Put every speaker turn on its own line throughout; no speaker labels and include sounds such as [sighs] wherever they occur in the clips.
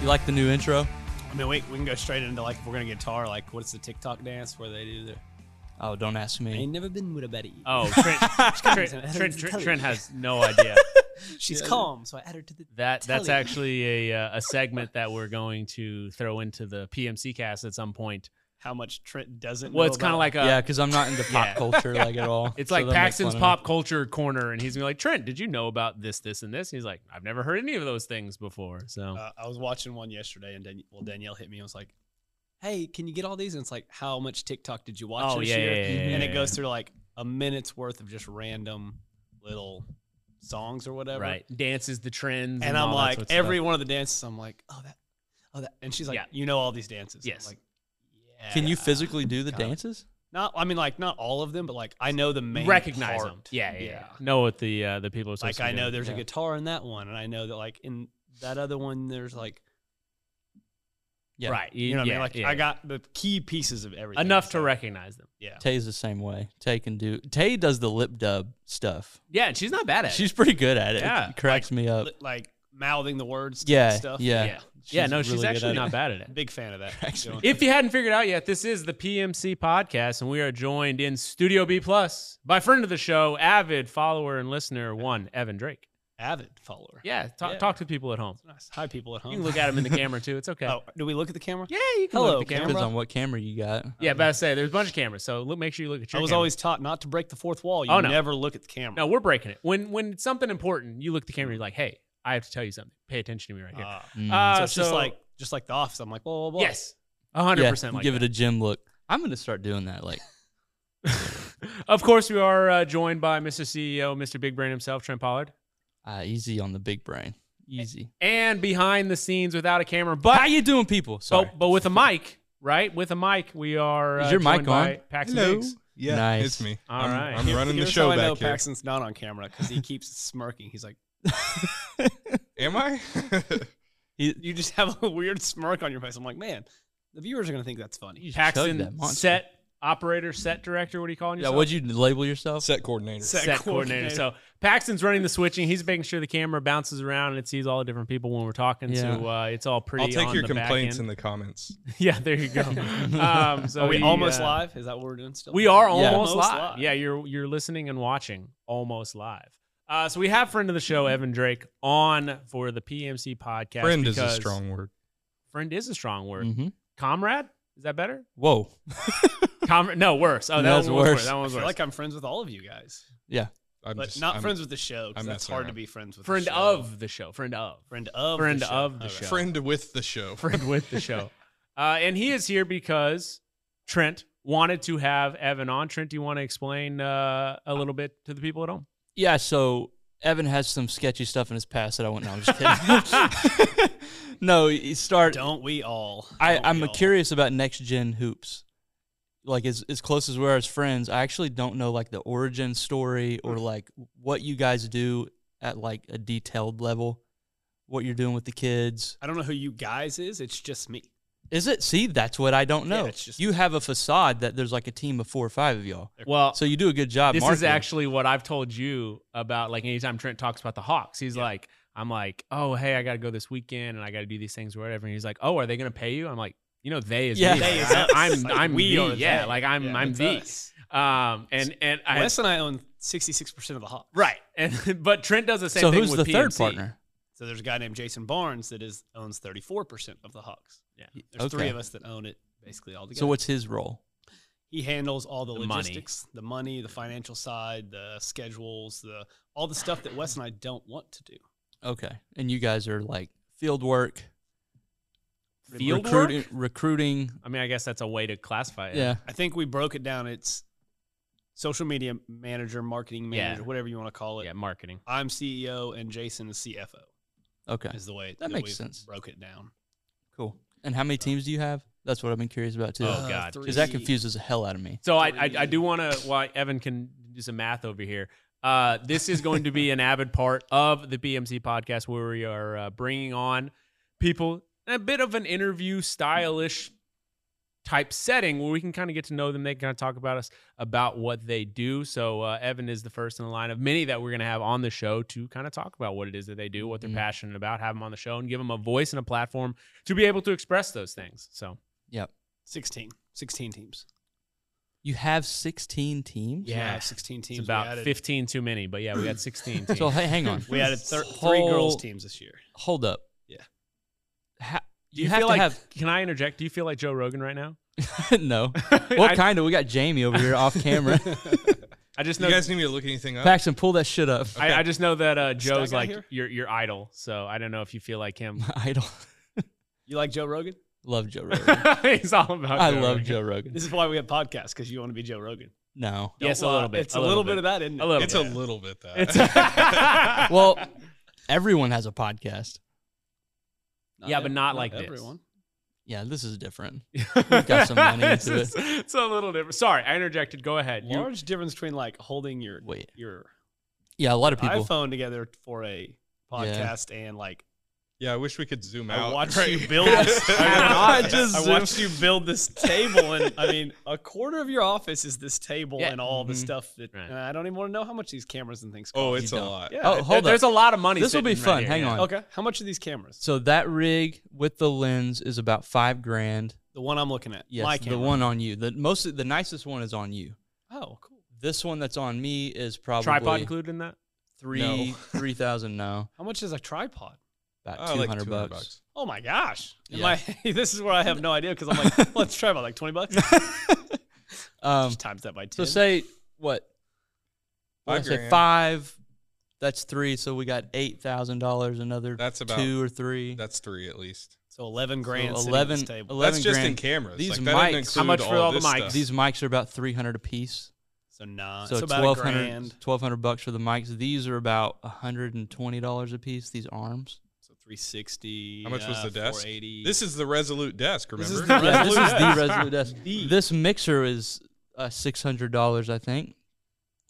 You like the new intro?
I mean, we, we can go straight into like if we're gonna guitar, like what's the TikTok dance where they do the
Oh, don't ask
I
me.
ain't never been with a Betty.
Oh,
[laughs]
Trent, Trent, Trent, Trent, Trent has no idea.
she's calm, so I add her to the.
That that's
Tell you.
actually a uh, a segment that we're going to throw into the PMC cast at some point.
How much Trent doesn't?
Well,
know
it's kind
about-
of like a
yeah, because I'm not into pop
yeah.
culture like at all.
[laughs] it's
so
like
they'll make
Paxton's
fun of me.
pop culture corner, and he's gonna be like, Trent, did you know about this, this, and this? He's like, I've never heard any of those things before. So
Uh, I was watching one yesterday, and Dan- well, Danielle hit me. and was like, "Hey, can you get all these?" And it's like, "How much TikTok did you watch
oh
this
yeah, yeah,
year?"
yeah, yeah,
And
yeah.
it goes through like a minute's worth of just random little songs or whatever.
right. Dances the trends,
And I'm
all that
like,
sorts of
every
stuff.
one of the dances, I'm like, "Oh that, oh that," and she's like,
Yeah.
"You know all these dances?" I'm
Yes.
like, yeah.
Can you physically do the
Got it.
dances?
Not, I mean, like not all of them, but like I know the main
recognize
part.
them. Yeah, yeah, yeah. Know what the uh, the people are supposed
Like I
to
know
do.
there's
Yeah.
a guitar in that one, and I know that like in that other one, there's like
Yeah.
right.
you know what
yeah,
I mean. Like
yeah.
I got the key pieces of everything.
enough to
so,
recognize them.
Yeah.
Tay's the same way. Tay can do. Tay does the lip dub stuff.
Yeah, and she's not bad at it.
She's pretty good at it.
Yeah.
It cracks me up.
Li- Like mouthing the words. To
Yeah,
Stuff.
yeah.
yeah, yeah.
She's
No, she's
really good at
actually
it.
not bad at it.
Big fan of that.
[laughs] Cracks me
Dylan.
If you hadn't figured out yet, this is the PMC podcast, and we are joined in Studio B Plus by friend of the show, avid follower and listener one, Evan Drake.
avid follower.
Yeah, talk,
Yeah.
talk to people at home.
That's nice. Hi, people at home.
You
[laughs]
can look at him in the camera too. It's okay.
Oh, do we look at the camera?
Yeah, you can
Hello,
look at the camera. Uh,
Depends on what camera you got.
Yeah, but I say there's a bunch of cameras, so look, make sure you look at
Oh. I
your.
was
camera.
always taught not to break the fourth wall. You
Oh, no.
never look at the camera.
no, we're breaking it. When when it's something important, you look at the camera. You're
Mm.
like, hey, I have to tell you something. Pay attention to me right here.
Ah.
Mm.
Uh,
so it's just
so-
like just like the office. I'm like, blah blah blah.
yes, hundred
Yeah,
percent.
you
Like
give
that.
it a gym look. I'm gonna start doing that. Like, [laughs]
[laughs] of course, we are uh, joined by Mr. CEO, Mr. Big Brain himself, Trent Pollard.
uh, easy on the big brain. Easy.
and behind the scenes without a camera, but
How you doing, people? Sorry.
but, but with a mic, right? With a mic, we are.
Is
uh,
your mic
joined by
on?
Paxton
Hello.
Biggs.
Yeah,
Nice.
it's me.
All
I'm,
right.
I'm running the
Here's
show
how I know
back here.
Paxton's not on camera because he keeps smirking. He's like, [laughs]
Am I?
you just have a [laughs] weird smirk on your face. I'm like, man, the viewers are gonna think that's funny.
just chugged that
Paxton,
monster.
set operator, set director. What are you calling
yeah,
yourself?
what'd you label yourself?
Set coordinator.
[laughs] Set-
set coordinator.
coordinator.
So Paxton's running the switching. He's making sure the camera bounces around and it sees all the different people when we're talking. So uh, it's all pretty.
I'll take
on
your
the back
complaints in
end.
the comments.
[laughs] yeah, there you go. um, so
Are we
we,
almost
uh,
live? Is that what we're doing still?
We are almost,
Almost
live.
live.
Yeah, you're you're listening and watching almost live. Uh, so we have friend of the show Evan Drake on for the PMC podcast.
Friend is a
because-
strong word.
Friend is a strong word.
Mhm.
Comrade is that better?
Whoa.
[laughs] Comrade? No, worse. Oh, that
That's
one was worse.
worse.
That one
I
was
feel
worse.
like I'm friends with all of you guys,
I'm
but
just,
not
I'm
friends with the show
I'm
because that's
messing
hard to
around.
be friends with.
friend
the show.
of the show. Friend of.
friend of
Friend
the show.
of the
All
show.
friend with the show.
Friend with
[laughs]
the show. Uh, and he is here because Trent wanted to have Evan on. Trent, do you want to explain uh, a little bit to the people at home?
Yeah, so Evan has some sketchy stuff in his past that I wouldn't. No, I'm just
[laughs]
kidding. [laughs] no, you start.
Don't we all?
I,
Don't
I'm
we all?
curious about next gen hoops. Like as as close as we are as friends, I actually don't know like the origin story
Hmm.
or like what you guys do at like a detailed level, what you're doing with the kids.
I don't know who you guys is. It's just me.
Is it? See, that's what I don't
Yeah,
know.
it's just-
you have a facade that there's like a team of four or five of y'all.
Uh,
Well,
So you do a good job.
this is
marketing.
actually what I've told you about. Like anytime Trent talks about the Hawks, he's like, I'm like, oh hey, I got to go this weekend and I got to do these things or whatever. And he's like, oh, are they gonna pay you? I'm like, you know, they is
Yeah.
me.
They
is
I-
us.
I'm
Like,
I'm
we
the-
are
yeah,
they.
like I'm
Yeah,
I'm
it's
the
us.
um and and I
Wes and I own 66% of the Hawks.
right and [laughs] but Trent does the same
So
thing
who's
with
the third
PNC.
partner?
So there's a guy named Jason Barnes that is owns 34% of the Hawks.
Yeah.
There's
Okay.
three of us that own it basically all together.
So what's his role?
he handles all the,
The money.
logistics, the money, the financial side, the schedules, the all the stuff that Wes and I don't want to do.
Okay, and you guys are like field work,
Field
recruiting,
work?
recruiting.
I mean, I guess that's a way to classify it.
Yeah,
I think we broke it down. It's social media manager, marketing
Yeah.
manager, whatever you want to call it.
yeah, marketing.
I'm CEO and Jason is CFO.
okay,
Is the way
That makes
we've
sense.
Broke it down.
cool. And how many teams do you have? That's what I've been curious about
Uh,
too.
Oh, God.
Because that confuses the hell out of me.
So I, I
Three.
I do want to. While Evan can do some math over here, uh, this is going to be an avid part of the BMC podcast where we are uh, bringing on people a bit of an interview stylish type setting where we can kind of get to know them. They can kind of talk about us about what they do. So uh, Evan is the first in the line of many that we're going to have on the show to kind of talk about what it is that they do, what they're
Mm-hmm.
Mhm.
passionate about, have them on the show, and give them a voice and a platform to be able to express those things. So
16. 16 teams.
You have 16 teams.
So I
Yeah.
have 16 teams.
it's
We
about
added-
15 too many, but yeah, we got
[laughs]
16.
So
teams.
hey, hang
[laughs]
on.
We added thir- three girls
Whole-
teams this year.
Hold up.
Yeah.
Ha-
Do
you, have
feel
to
like?
have
Can I interject? Do you feel like Joe Rogan
[laughs]
right now? [laughs]
no. Well,
I,
kind of. We got Jamie over here off
[laughs]
camera. [laughs]
I just know
You guys need me to look anything up?
Paxton, pull that shit up.
I, I just know that uh, Joe's
guy
like
here?
your your idol, so I don't know if you feel
[laughs]
like him.
[laughs]
[laughs]
I don't
You like Joe Rogan?
love Joe
[laughs]
Rogan.
He's all about.
I
Joe
love
Rogan.
Joe Rogan.
This is why we have podcasts because you want to be Joe Rogan.
No.
Yes,
Don't
a
lie.
little bit.
It's a, little, bit. of that, isn't it?
A little
It's
bit.
a little bit that. [laughs]
It's [laughs]
Well, everyone has a podcast.
Yeah, but not like this.
everyone.
Yeah, this is different.
[laughs]
[laughs] got some money
it's,
into it.
just- it's a little different. Sorry, I interjected. Go ahead. You,
Large difference between like holding your
Wait.
your
Yeah, a lot of people.
iPhone together for a podcast and like
yeah, I wish we could zoom
I
out.
watched
right? [laughs]
you build this. [laughs] I,
I
watched-
just
I watched you build this table, and I mean, a quarter of your office is this table
Yeah.
and all the
Mhm.
stuff that.
Right.
And I don't even want to know how much these cameras and things
Mm-hmm. Oh,
cost.
it's a
don't.
lot.
yeah.
Oh,
There-
hold up.
there's a lot of money.
This will be
sitting right
fun.
here,
Hang
yeah.
on.
okay. How much are these cameras?
So that rig with the lens is about five grand.
The one I'm looking at.
Yes,
my
the
camera.
one on you. The most, the nicest one is on you.
Oh, cool.
This one that's on me is probably
Tripod included in that?
three
No.
[laughs] three thousand now,
How much is a tripod?
[laughs]
about
Oh,
two
like
hundred
200
bucks.
Oh my gosh. And
Yeah.
my- this is where I [laughs] have no idea because I'm
[laughs]
like, let's try about like 20 bucks.
Um,
Just times that by 10.
so say what? I
Five
say
grand.
five. That's three. So we got eight thousand dollars. Another
That's about-
two or three.
That's three at least.
So 11 grand.
So
sitting at this
11,
table.
11
That's just
grand.
in cameras.
These
like, that
mics-
didn't
How
include
much for all the
this
mics?
stuff.
These mics are about three hundred a piece.
So nah.
So,
So, Uh, about
twelve
a
hundred,
grand.
twelve hundred bucks for the mics. These are about hundred and twenty dollars a piece. These arms.
So 360.
How much was
uh,
the desk?
480.
This is the Resolute desk.
This
Remember?
is the
yeah, this is the
Resolute
Resolute desk.
The-
This mixer is uh, six hundred dollars, I think.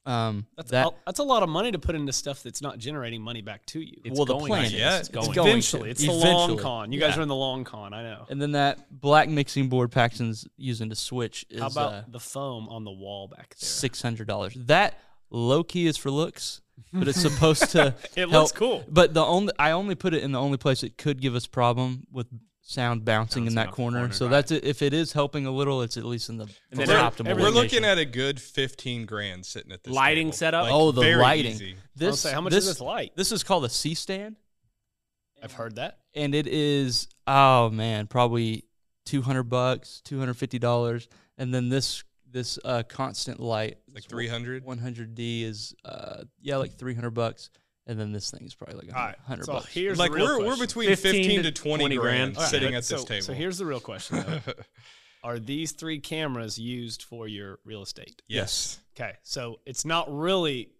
Um,
that's,
that
a, that's a lot of money to put into stuff that's not generating money back to you.
It's
well, the
going
plan
to.
is
Yeah,
it's
it's
going
Eventually.
to.
It's the long
Eventually.
con. You guys are in the long con. I know.
And then that black mixing board Paxton's using to switch is
How about
uh,
the foam on the wall back there?
six hundred dollars. That low key is for looks, but it's supposed to.
[laughs] It
help.
looks cool.
But the only I only put it in the only place it could give us problem with sound bouncing, in
Bouncing
that
off the
corner.
corner.
So that's it. If it is helping a little, it's at least in the
And
most
then
optimal.
We're
location.
looking at a good fifteen grand sitting at this
Lighting
table.
setup?
Like,
oh the
very
lighting.
easy.
I'll
This
say, how much
this,
is this light?
This is called a C stand,
I've heard that.
and it is oh man, probably two hundred bucks, two hundred fifty dollars, and then this this uh, constant light
Like three hundred.
One hundred D is uh yeah like three hundred bucks, and then this thing's probably like a
All right.
hundred
So
bucks.
here's
Like
the real
we're we're
question.
between
15
15,
to
to 20,
20
grand,
grand.
All right,
sitting
but-
at this
so,
table.
So here's the real question: though. Are these three cameras used for your real estate?
[laughs]
[laughs]
yes.
Okay, so it's not really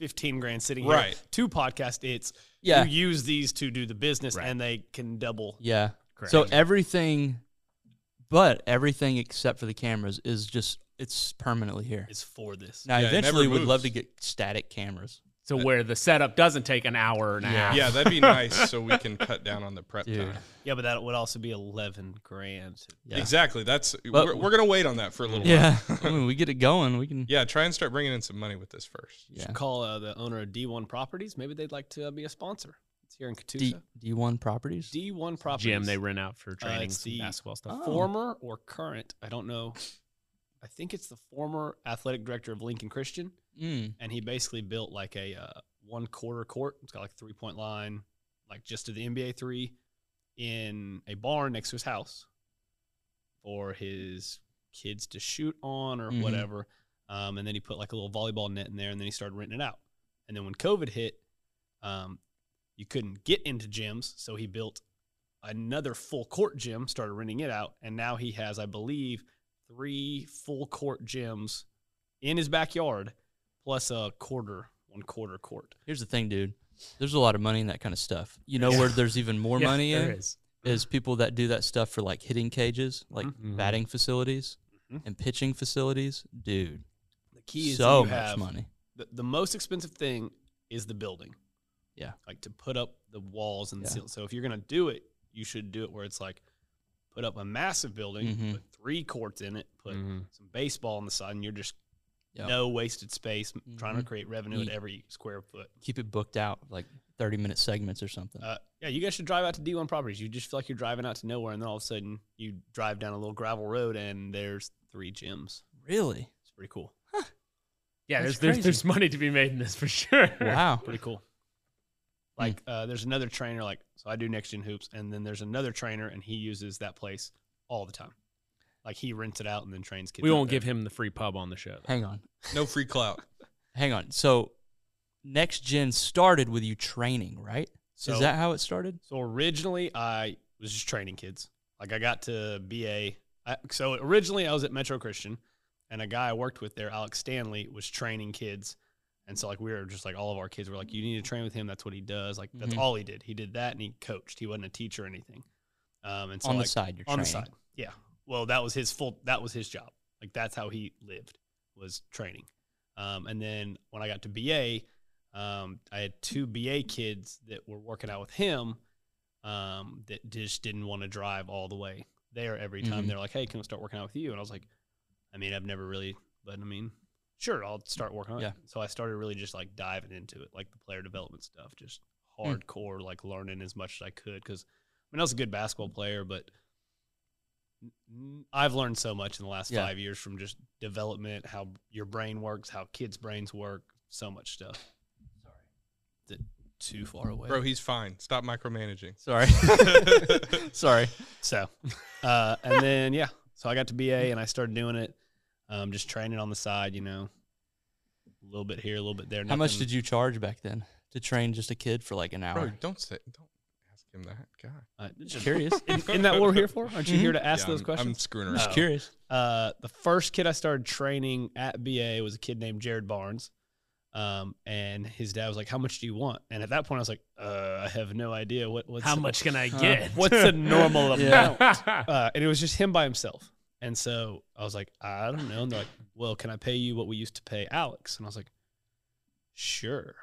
fifteen grand sitting here
Right.
to podcast. It's
Yeah,
you use these to do the business,
Right.
and they can double.
yeah.
Correct.
So everything, but everything except for the cameras is just it's permanently here.
Is for this.
Now
Yeah, it never
eventually, we'd love
moves.
to get static cameras.
So where the setup doesn't take an hour and a half.
Yeah, that'd be nice so we can cut down on the prep
Dude.
time.
Yeah, but that would also be eleven grand.
Yeah.
Exactly. That's we're, we're gonna wait on that for a [laughs] little
Yeah,
while.
I mean, we get it going. We can.
Yeah, try and start bringing in some money with this first.
You
Yeah.
should call uh, the owner of D1 Properties. Maybe they'd like to uh, be a sponsor. It's here in
D
Catoosa.
D one properties.
D- one Properties.
[laughs] Gym they rent out
Uh,
for trainings
the-
and basketball stuff.
Oh.
former or current, I don't know. I think it's the former athletic director of Lincoln Christian,
Mm.
and he basically built like a uh, one quarter court. It's got like a three point line, like just to the NBA three, in a barn next to his house for his kids to shoot on or
Mhm.
whatever. Um, and then he put like a little volleyball net in there, and then he started renting it out. And then when COVID hit, um, you couldn't get into gyms, so he built another full court gym, started renting it out, and now he has, I believe, three full court gyms in his backyard, plus a quarter, one quarter court.
Here's the thing, dude. There's a lot of money in that kind of stuff. You know where there's even more
[laughs] Yeah,
money
there
in
is.
is people that do that stuff for like hitting cages, like
Mm-hmm.
Mhm.
batting facilities
Mhm.
and pitching facilities. Dude,
The key is
so
that you
much
have
money.
The, the most expensive thing is the building.
Yeah.
like to put up the walls and the
Yeah.
ceiling. So if you're gonna do it, you should do it where it's like put up a massive building,
Mhm.
put three courts in it, put
Mm-hmm.
Mhm.
some baseball on the side, and you're just
Yeah.
no wasted space m trying to
Mhm.
create revenue at
Neat.
every square foot.
Keep it booked out, like thirty minute segments or something.
Uh, yeah, you guys should drive out to D1 properties. You just feel like you're driving out to nowhere, and then all of a sudden you drive down a little gravel road, and there's three gyms.
really?
It's pretty cool.
Yeah,
That's
there's, there's
crazy.
there's money to be made in this for sure.
Wow.
Pretty cool.
Hmm.
Like, uh, there's another trainer. Like, so I do next gen hoops, and then there's another trainer, and he uses that place all the time. Like, he rents it out and then trains kids.
We
out
won't
there.
give him the free pub on the show. though.
Hang on.
No free clout.
[laughs]
Hang on. So next gen started with you training, right?
So,
Is that how it started?
so originally, I was just training kids. Like, I got to BA. I, so originally, I was at Metro Christian, and a guy I worked with there, Alex Stanley, was training kids. And so, like, we were just like all of our kids were like, "You need to train with him. That's what he does. Like, that's
Mm-hmm.
Mhm.
all he did. He did that, and he coached. He wasn't a teacher or anything." Um, and so,
on
like,
the side, you're
on the
training.
side. Yeah. Well, that was his full. That was his job. Like that's how he lived was training. Um, and then when I got to BA, um, I had two BA kids that were working out with him um, that just didn't want to drive all the way there every time.
Mhm.
They're like, "Hey, can we start working out with you?" And I was like, "I mean, I've never really, but I mean, sure, I'll start working on
Yeah.
it." So I started really just like diving into it, like the player development stuff, just
Hmm.
hardcore, like learning as much as I could. Because I mean, I was a good basketball player, but n- I've learned so much in the last
Yeah.
five years from just development, how your brain works, how kids' brains work, so much stuff. Sorry, too far away,
Bro, he's fine.
[laughs]
Stop micromanaging.
Sorry. [laughs] Sorry.
So, uh, and then yeah, so I got to BA and I started doing it, um, just training on the side, you know, a little bit here, a little bit there.
How much did you charge back then to train just a kid for like an hour?
Bro, don't say don't ask him that. God.
Uh,
Just
[laughs]
curious. Mm-hmm.
isn't, isn't that what we're here for? Aren't you here to ask
Yeah,
those
I'm,
questions?
I'm screwing
No.
around.
Just curious.
uh, the first kid I started training at BA was a kid named Jared Barnes. Um, and his dad was like, How much do you want? And at that point, I was like, uh, I have no idea what, what's
How much can I
Uh,
[laughs] get?
what's a
[laughs]
normal
Yeah.
amount?
uh, and it was just him by himself. And so I was like, I don't know. And they're like, Well, can I pay you what we used to pay Alex? And I was like, Sure.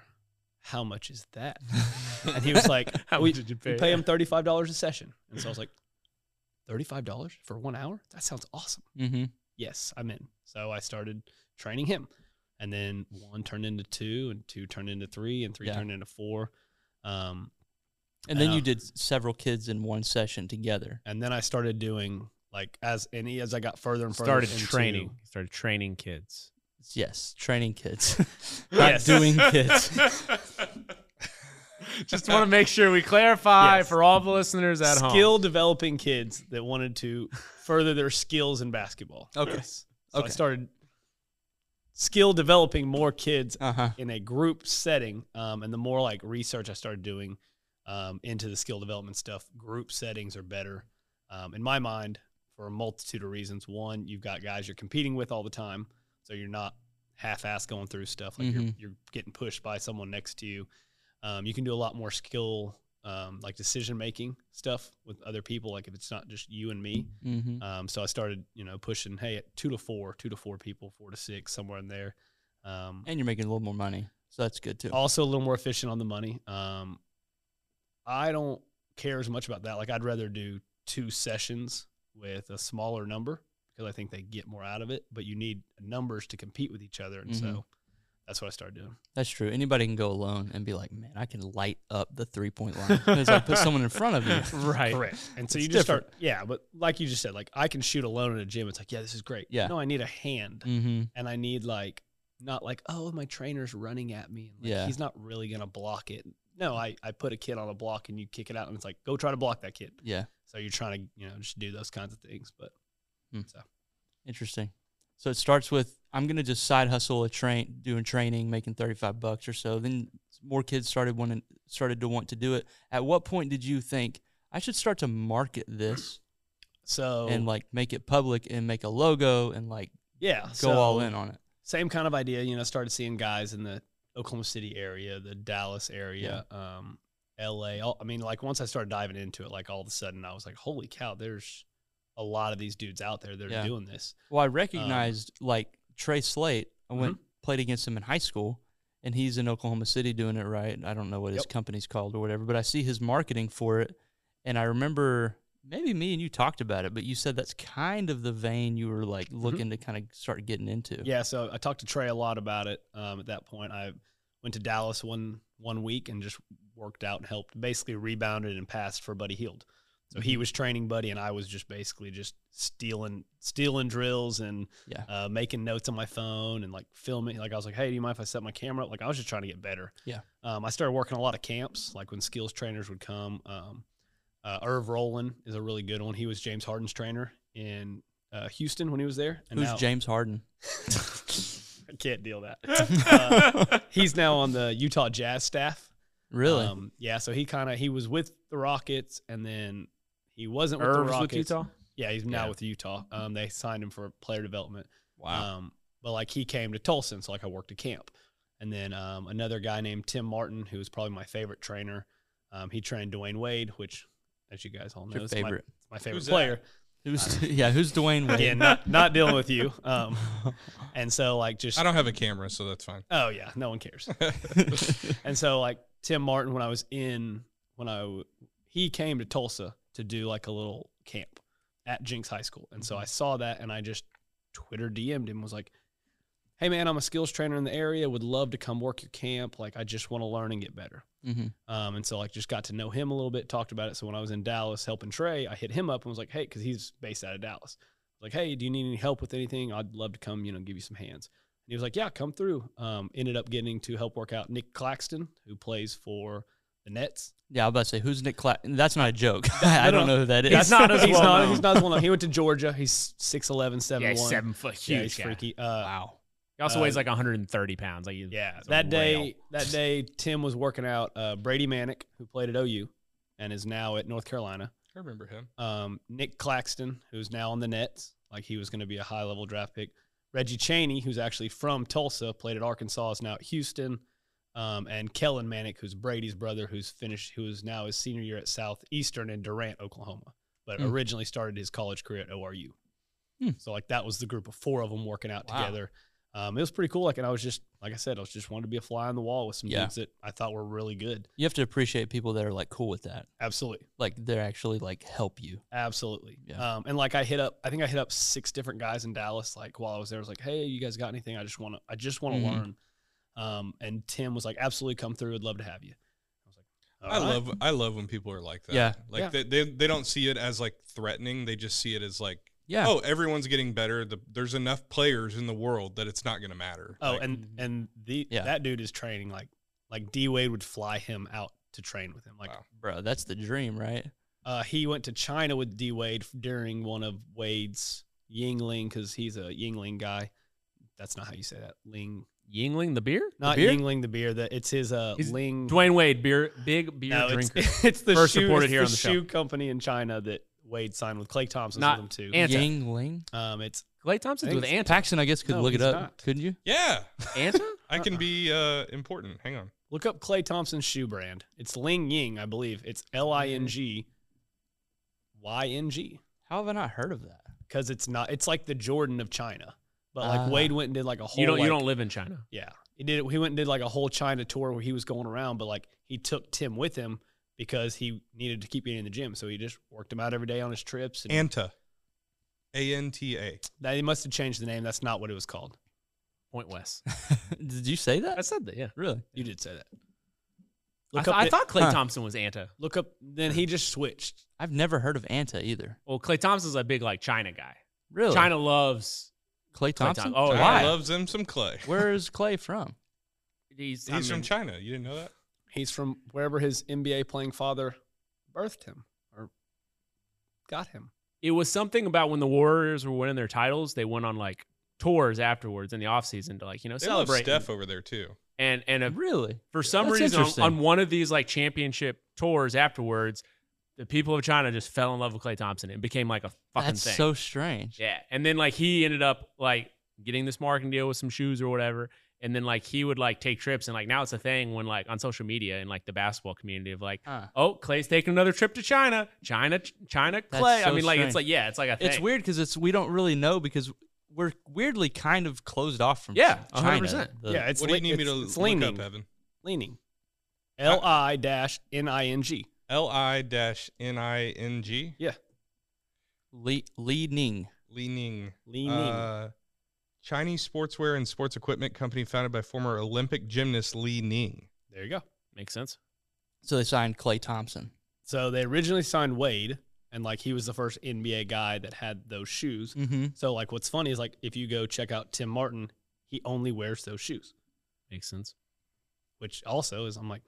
How much is that? [laughs] And
[laughs]
he was like,
How
we,
much did you
we
pay?
pay
[laughs]
him $35 a session. And so I was like, $35 for one hour? That sounds awesome
[laughs] Mm-hmm.
yes, I'm in. So I started training him. And then one turned into two, and two turned into three, and three
Yeah.
turned into four. Um,
And then
Yeah.
you did several kids in one session together.
and then I started doing like as and as I got further and further
started
into-
training. Started training kids.
Yes, training
[laughs]
kids, not
Yes.
[laughs]
doing
[laughs]
kids.
Just want to make sure we clarify
Yes.
for all the listeners at home. [laughs]
skill developing kids that wanted to further their skills in basketball.
Okay.
Yes. So I
Okay.
started skill developing more kids
Uh huh.
in a group setting um, and the more like research i started doing um, into the skill development stuff group settings are better um, in my mind for a multitude of reasons one you've got guys you're competing with all the time so you're not half-ass going through stuff like you're, you're getting pushed by someone next to you um, you can do a lot more skill um, like decision making stuff with other people like if it's not just you and me
Mm-hmm.
um, so i started you know pushing hey at two to four two to four people four to six somewhere in there um,
And you're making a little more money, so that's good too.
also a little more efficient on the money. Um, I don't care as much about that. Like I'd rather do two sessions with a smaller number because I think they get more out of it. But you need numbers to compete with each other, and
Mm-hmm.
so that's what I started doing.
That's true. Anybody can go alone and be like, "Man, I can light up the three point line." As I put someone in front of you,
right.
Correct. And so
It's
you just
different.
start, yeah. But like you just said, like I can shoot alone in a gym. It's like, yeah, this is great.
Yeah.
No, I need a hand,
Mm-hmm.
and I need like not like oh my trainer's running at me. And like,
Yeah.
He's not really gonna block it. No, I, I put a kid on a block and you kick it out and it's like go try to block that kid.
Yeah,
So you're trying to, you know, just do those kinds of things. But
interesting. So it starts with I'm gonna just side hustle a train, doing training, making thirty five bucks or so. Then more kids started wanting, started to want to do it. At what point did you think I should start to market this
so
and like make it public and make a logo and like
yeah,
go all in on it?
Same kind of idea, you know. Started seeing guys in the Oklahoma City area, the Dallas area, um, L.A. All, I mean, like once I started diving into it, like all of a sudden I was like, holy cow, there's a lot of these dudes out there that are
Yeah.
doing this.
Well, I recognized like Trey Slate. I went
Mm-hmm.
played against him in high school, and he's in Oklahoma City doing it right. I don't know what his
Yep.
company's called or whatever, but I see his marketing for it, and I remember maybe me and you talked about it, but you said that's kind of the vein you were like looking to kind of start getting into.
Mm-hmm. Yeah, so I talked to Trey a lot about it. Um, at that point, I went to Dallas one one week and just worked out and helped, basically rebounded and passed for Buddy Healed. So
Mm-hmm.
he was training Buddy, and I was just basically just stealing stealing drills and
Yeah.
uh, making notes on my phone and like filming. Like I was like, hey, do you mind if I set my camera up? Like I was just trying to get better.
Yeah.
Um, I started working a lot of camps, like when skills trainers would come. Um, uh, Irv Roland is a really good one. He was James Harden's trainer in uh, Houston when he was there. And
Who's
now-
James Harden?
I can't deal
[laughs]
that. Uh, he's now on the Utah Jazz staff.
Really?
Um, yeah. So he kind of he was with the Rockets, and then he wasn't with the
Irv's with
Rockets.
Utah.
Yeah, he's now
Yeah.
with Utah. Um, they signed him for player development.
Wow.
Um, but like he came to Tulsa, and so like I worked a camp, and then um, another guy named Tim Martin, who was probably my favorite trainer. Um, he trained Dwayne Wade, which, as you guys all
Who's
know,
your
is my, [laughs]
favorite?
my favorite
Who's that?
player.
Who's [laughs] yeah? Who's Dwayne Wade?
Again, not, not dealing with you.
[laughs]
Um, and so like just
I don't have a camera, so that's fine. [laughs]
Oh yeah, no one cares. and so like Tim Martin, when I was in, when I w- he came to Tulsa to do like a little camp at Jinx High School, and so I saw that and I just Twitter DM'd him was like, "Hey man, I'm a skills trainer in the area. Would love to come work your camp. Like I just want to learn and get better."
hmm
Um, and so like just got to know him a little bit, talked about it. So when I was in Dallas helping Trey, I hit him up and was like, hey, because he's based out of Dallas. Like, hey, do you need any help with anything? I'd love to come, you know, give you some hands. And he was like, yeah, come through. Um, ended up getting to help work out Nick Claxton, who plays for the Nets.
Yeah, I was about to say who's Nick Clax. That's not a joke. [laughs] I, I don't know who that is.
He's not as
he's
well
not
known.
he's not as well known. He went to Georgia. He's 6'11", 7'1".
Yeah, he's Uh, seven foot, huge
yeah, he's
guy.
freaky. Uh,
Wow. He also
Uh,
weighs like 130 pounds. Like
Yeah,
he's a
that
whale.
day, that day, Tim was working out uh, Brady Manick, who played at OU and is now at North Carolina.
I remember him.
um, Nick Claxton, who's now on the Nets, like he was going to be a high level draft pick. Reggie Cheney, who's actually from Tulsa, played at Arkansas, is now at Houston. Um, and Kellen Manick, who's Brady's brother, who's finished, who is now his senior year at Southeastern in Durant, Oklahoma, but
Hmm.
originally started his college career at ORU.
Hmm.
So like that was the group of four of them working out
Wow.
together. Um, it was pretty cool. Like, and I was just, like I said, I was just wanted to be a fly on the wall with some
Yeah.
dudes that I thought were really good.
[laughs] You have to appreciate people that are like cool with that.
Absolutely.
Like they're actually like help you.
Absolutely.
Yeah.
Um, and like I hit up, I think I hit up six different guys in Dallas. Like while I was there, I was like, "Hey, you guys got anything? I just want to, I just want to
Mhm.
learn." Um, and Tim was like, "Absolutely, come through. Would love to have you." I was like,
I
"All right."
love I love when people are like that.
Yeah.
Like
Yeah.
They, they they don't see it as like threatening. They just see it as like,
Yeah.
oh, everyone's getting better. The, there's enough players in the world that it's not going to matter.
Oh,
Like,
and and the
Yeah.
that dude is training like like D Wade would fly him out to train with him. Like
Wow.
bro, that's the dream, right?
uh, he went to China with D Wade during one of Wade's Yingling because he's a Yingling guy. That's not how you say that. Ling,
Yingling the beer.
not
beer?
Yingling the beer. That it's his uh
He's
Ling.
Dwayne Wade beer, big beer
No, it's,
drinker.
[laughs]
[laughs]
it's the
First
shoe,
reported
it's
here
the
on the show.
shoe company in China that Wade signed with Clay Thompson.
Not
them too.
Anta.
Ying Ling.
um, it's
Clay Thompson's with Anta.
Paxton, I guess, could
No,
look it
he's
up,
not.
couldn't you?
eh.
yeah,
[laughs] Anta?
I can
Uh-uh.
be uh, important. Hang on.
look up Clay Thompson's shoe brand. It's Ling Ying, I believe. It's L I N G Y N G
How have I not heard of that?
because it's not. It's like the Jordan of China, but like
Ah.
Wade went and did like a whole.
You don't you
like-
don't live in China.
Yeah, he did. He went and did like a whole China tour where he was going around, but like he took Tim with him because he needed to keep getting in the gym, so he just worked him out every day on his trips. And,
Anta. A N T A.
that, he must have changed the name. That's not what it was called.
Point [laughs] West.
Did you say that?
I said that. Yeah.
really?
You did say that.
I,
Look
th-
up
I
the-
thought Clay
huh.
Thompson was Anta.
Look up. Then he just switched.
I've never heard of Anta either.
Well, Clay Thompson's a big like China guy.
Really?
China loves.
Clay
Klay
Thompson.
Thom- oh,
China
why?
loves him some clay.
Where is Clay from?
He's,
He's from China. You didn't know that?
He's from wherever his NBA playing father birthed him or got him.
It was something about when the Warriors were winning their titles, they went on like tours afterwards in the offseason to like you know
They love
celebrate.
Steph over there too.
And and a,
Really?
for some
That's
reason on,
interesting.
on one of these like championship tours afterwards, the people of China just fell in love with Clay Thompson. It became like a fucking
That's
thing.
so strange.
Yeah. And then like he ended up like getting this marketing deal with some shoes or whatever. And then like he would like take trips and like now it's a thing when like on social media and like the basketball community of like,
Huh.
oh, Clay's taking another trip to China. China China
That's
Clay. I
so
mean like it's
strange.
like yeah, it's like a thing.
It's weird because it's we don't really know because we're weirdly kind of closed off from
Yeah,
Ch- China.
100%.
The-
yeah, it's
what do you
le-
need me to
it's-
look
it's leaning,
up, Evan?
leaning. L I dash N I N G.
L I dash N I N G.
Yeah,
Li, Li Ning.
Leaning.
Leaning.
Uh, Chinese sportswear and sports equipment company founded by former Olympic gymnast Li Ning.
there you go.
Makes sense.
So they signed Clay Thompson.
So they originally signed Wade, and like he was the first NBA guy that had those shoes.
Mm-hmm.
So like, what's funny is like if you go check out Tim Martin, he only wears those shoes,
Makes sense.
which also is I'm like,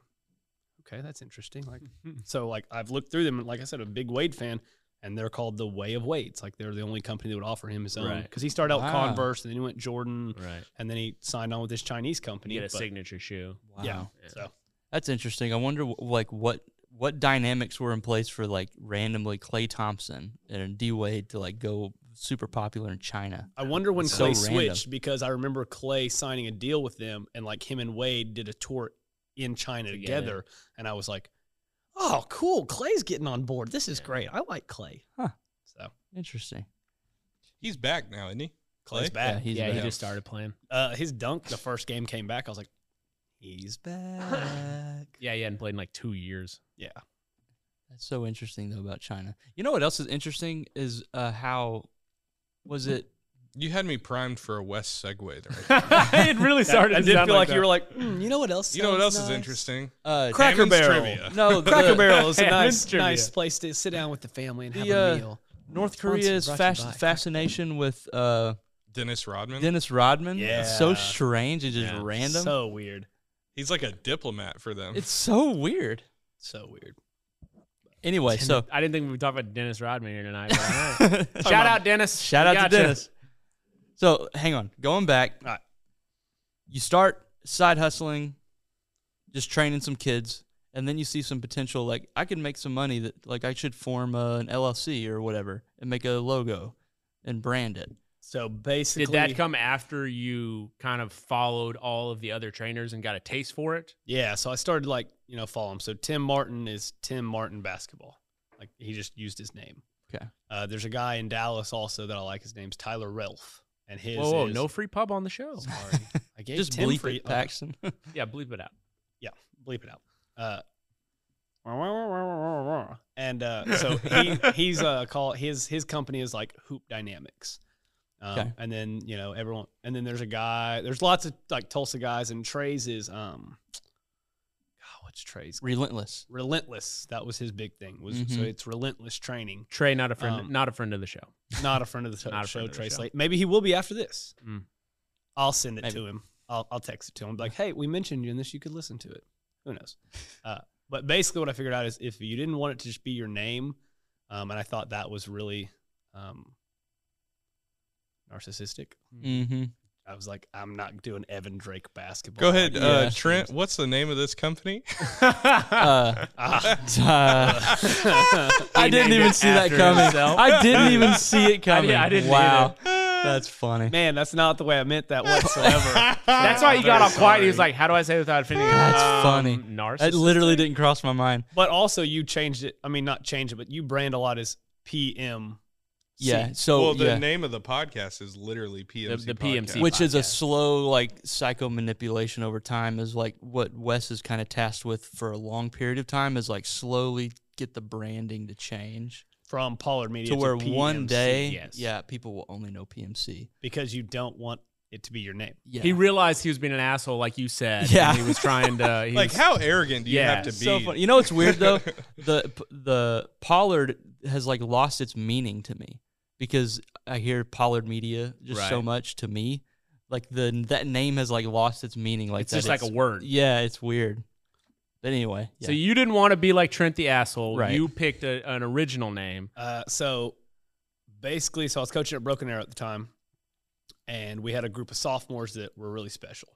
okay, that's interesting. Like, so like I've looked through them, and like I said, a big Wade fan, and they're called the Way of Wades. Like they're the only company that would offer him his own
Right.
because he started out
Wow.
Converse, and then he went Jordan,
right.
and then he signed on with this Chinese company.
You get a
but-
signature shoe.
Wow.
Yeah. So
That's interesting. I wonder wh- like what what dynamics were in place for like randomly Clay Thompson and D Wade to like go super popular in China.
I wonder when
It's so
Clay
random.
switched because I remember Clay signing a deal with them and like him and Wade did a tour in China together.
Together.
and I was like, "Oh, cool! Clay's getting on board. This is
Yeah.
great. I like Clay."
Huh.
So
Interesting.
He's back now, isn't he?
Clay's
Clay?
back.
Yeah, he's
yeah, he
back.
just started playing.
uh, his dunk the first game came back. I was like, "He's back."
Yeah, he hadn't played in like two years.
yeah.
[laughs] That's so interesting though about China. You know what else is interesting is uh, how was it?
You had me primed for a West segue
[laughs]
there.
[laughs] it really started.
I, I
to
did
sound
feel like,
that.
you were [laughs] like, "Hmm, "You know what else?
you know what
sounds
else is
nice?"
interesting?
Uh,
Cracker
Damon's
Barrel.
Trivia.
no, the,
[laughs] Cracker Barrel is a
Hammond's
nice,
trivia.
nice place to sit down with the family and
The,
have a
uh,
meal.
North
Sponsored,
Korea's
brought you
fas-
by Cracker
fascination with uh,
Dennis Rodman.
Dennis Rodman. It's so
Yeah.
strange and just
Yeah.
random.
So weird.
He's like a diplomat for them.
it's so weird.
So weird.
Anyway,
[laughs]
so
I didn't think we would talk about Dennis Rodman here tonight. but all right.
shout
[laughs] Shout out Dennis.
Shout
We
out
gotcha.
to Dennis. So hang on, going back,
All right.
you start side hustling, just training some kids, and then you see some potential. Like I could make some money. That like I should form uh, an LLC or whatever and make a logo and brand it.
So basically,
Did that come after you kind of followed all of the other trainers and got a taste for it?
Yeah, so I started like you know follow him. So Tim Martin is Tim Martin basketball. Like he just used his name.
Okay.
Uh, there's a guy in Dallas also that I like. His name's Tyler Relf, and his
Whoa, whoa,
is- [laughs]
no free pub on the show.
Sorry, I gave
just
Tim
bleep
free
Oh.
it,
[laughs]
Paxton.
yeah, bleep it out.
oh, bleep it out. Uh, and uh, so he he's uh call his his company is like Hoop Dynamics. Um,
Okay.
And then you know everyone, and then there's a guy. There's lots of like Tulsa guys, and Trey's is um, God, what's Trey's
Relentless.
relentless that was his big thing was so
Mhm.
it's relentless training
Trey, not a friend,
Um,
not a friend of the show.
not a friend of the show,
Not a
show
friend of the
Trey
show.
Slate maybe he will be after this
Mm.
I'll send it
Maybe.
to him I'll, I'll text it to him like hey we mentioned you in this you could listen to it who
[laughs]
knows uh, but basically what I figured out is if you didn't want it to just be your name um, and I thought that was really um, narcissistic
Hmm. [laughs]
Mm-hmm.
I was like I'm not doing Evan Drake basketball
Go ahead,
Like,
Yeah.
uh,
yes,
Trent. What's the name of this company? [laughs]
Uh,
Ah.
[laughs]
uh, I didn't
named
even
it
see that
after
coming.
himself.
I didn't
[laughs]
even see it coming.
I didn't
wow,
either.
that's funny.
man that's not the way I meant that
[laughs]
whatsoever
That's why he got all
off
quiet. He was like, "How do I say it without offending?" him?"
That's
Um,
funny. That
Narcissist.
literally didn't cross my mind.
But also, you changed it. I mean, not change it, but you brand a lot as PM.
Yeah. So
well, the
yeah.
name of the podcast is literally PMC.
the
Podcast.
PMC.
which is a
podcast.
slow like psycho manipulation over time is like what wes is kind of tasked with for a long period of time is like slowly get the branding to change
from Pollard Media
to where
PMC,
one day
yes,
yeah people will only know pmc
because you don't want it to be your name.
yeah
He realized he was being an asshole, like you said.
Yeah.
and he was trying [laughs] to. He
Like,
was-
how arrogant do you
Yeah,
have to be?
so [laughs] funny. you know what's weird
[laughs]
though the the pollard has like lost its meaning to me because i hear pollard media just so
Right.
much to me like the that name has like lost its meaning like
it's
that
just like a word.
yeah it's weird but anyway yeah.
So you didn't want to be like Trent the asshole.
Right.
You picked a, an original name.
Uh, so basically, so I was coaching at Broken Arrow at the time, and we had a group of sophomores that were really special.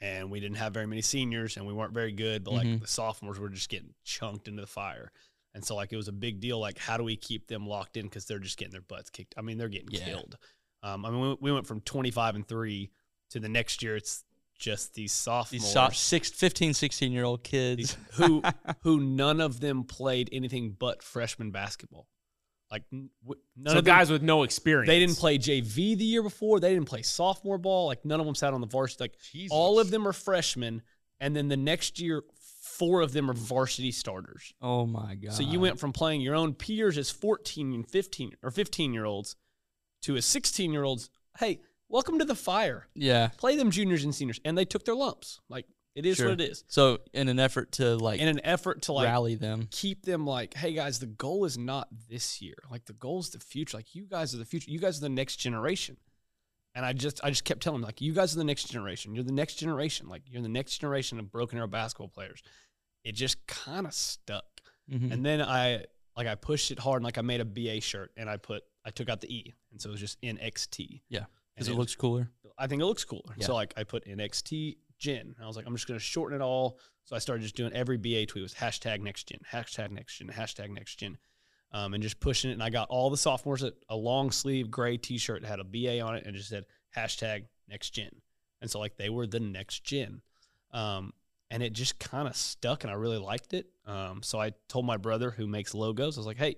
And we didn't have very many seniors, and we weren't very good, but like
Mhm.
the sophomores were just getting chunked into the fire. And so, like, it was a big deal. Like, how do we keep them locked in? Because they're just getting their butts kicked. I mean, they're getting
Yeah.
killed. Um, I mean, we, we went from 25 and three to the next year, it's just these sophomores
these so- six, 15, 16 year old kids.
these- [laughs] who
[laughs]
who none of them played anything but freshman basketball. Like n- w- none
so
of them-
guys with no experience.
they didn't play JV the year before. They didn't play sophomore ball. Like none of them sat on the varsity. Like
[laughs] Jesus.
all of them are freshmen, and then the next year, four of them are varsity starters.
Oh my god.
So you went from playing your own peers as 14 and 15 or 15 year olds to as 16 year olds. Hey, welcome to the fire.
Yeah.
Play them juniors and seniors. And they took their lumps. Like it is
Sure.
what it is.
So in an effort to like,
In an effort to like
rally them.
keep them like, hey guys, the goal is not this year. Like the goal is the future. Like you guys are the future. You guys are the next generation. And I just I just kept telling them like you guys are the next generation. You're the next generation. Like you're the next generation of broken arrow basketball players. It just kind of stuck.
Mhm.
And then I like I pushed it hard and like I made a BA shirt and I put I took out the E and so it was just NXT.
Yeah,
And
Because it looks cooler.
I think it looks cool.
Yeah.
So like I put NXT Gen. And I was like, I'm just gonna shorten it all. So I started just doing every BA tweet was hashtag next gen, hashtag next gen, hashtag next gen. Um, and just pushing it. And I got all the sophomores at a long sleeve gray t shirt that had a BA on it and just said hashtag next gen. And so like they were the next gen. Um, and it just kind of stuck and I really liked it. Um, so I told my brother who makes logos, I was like, hey,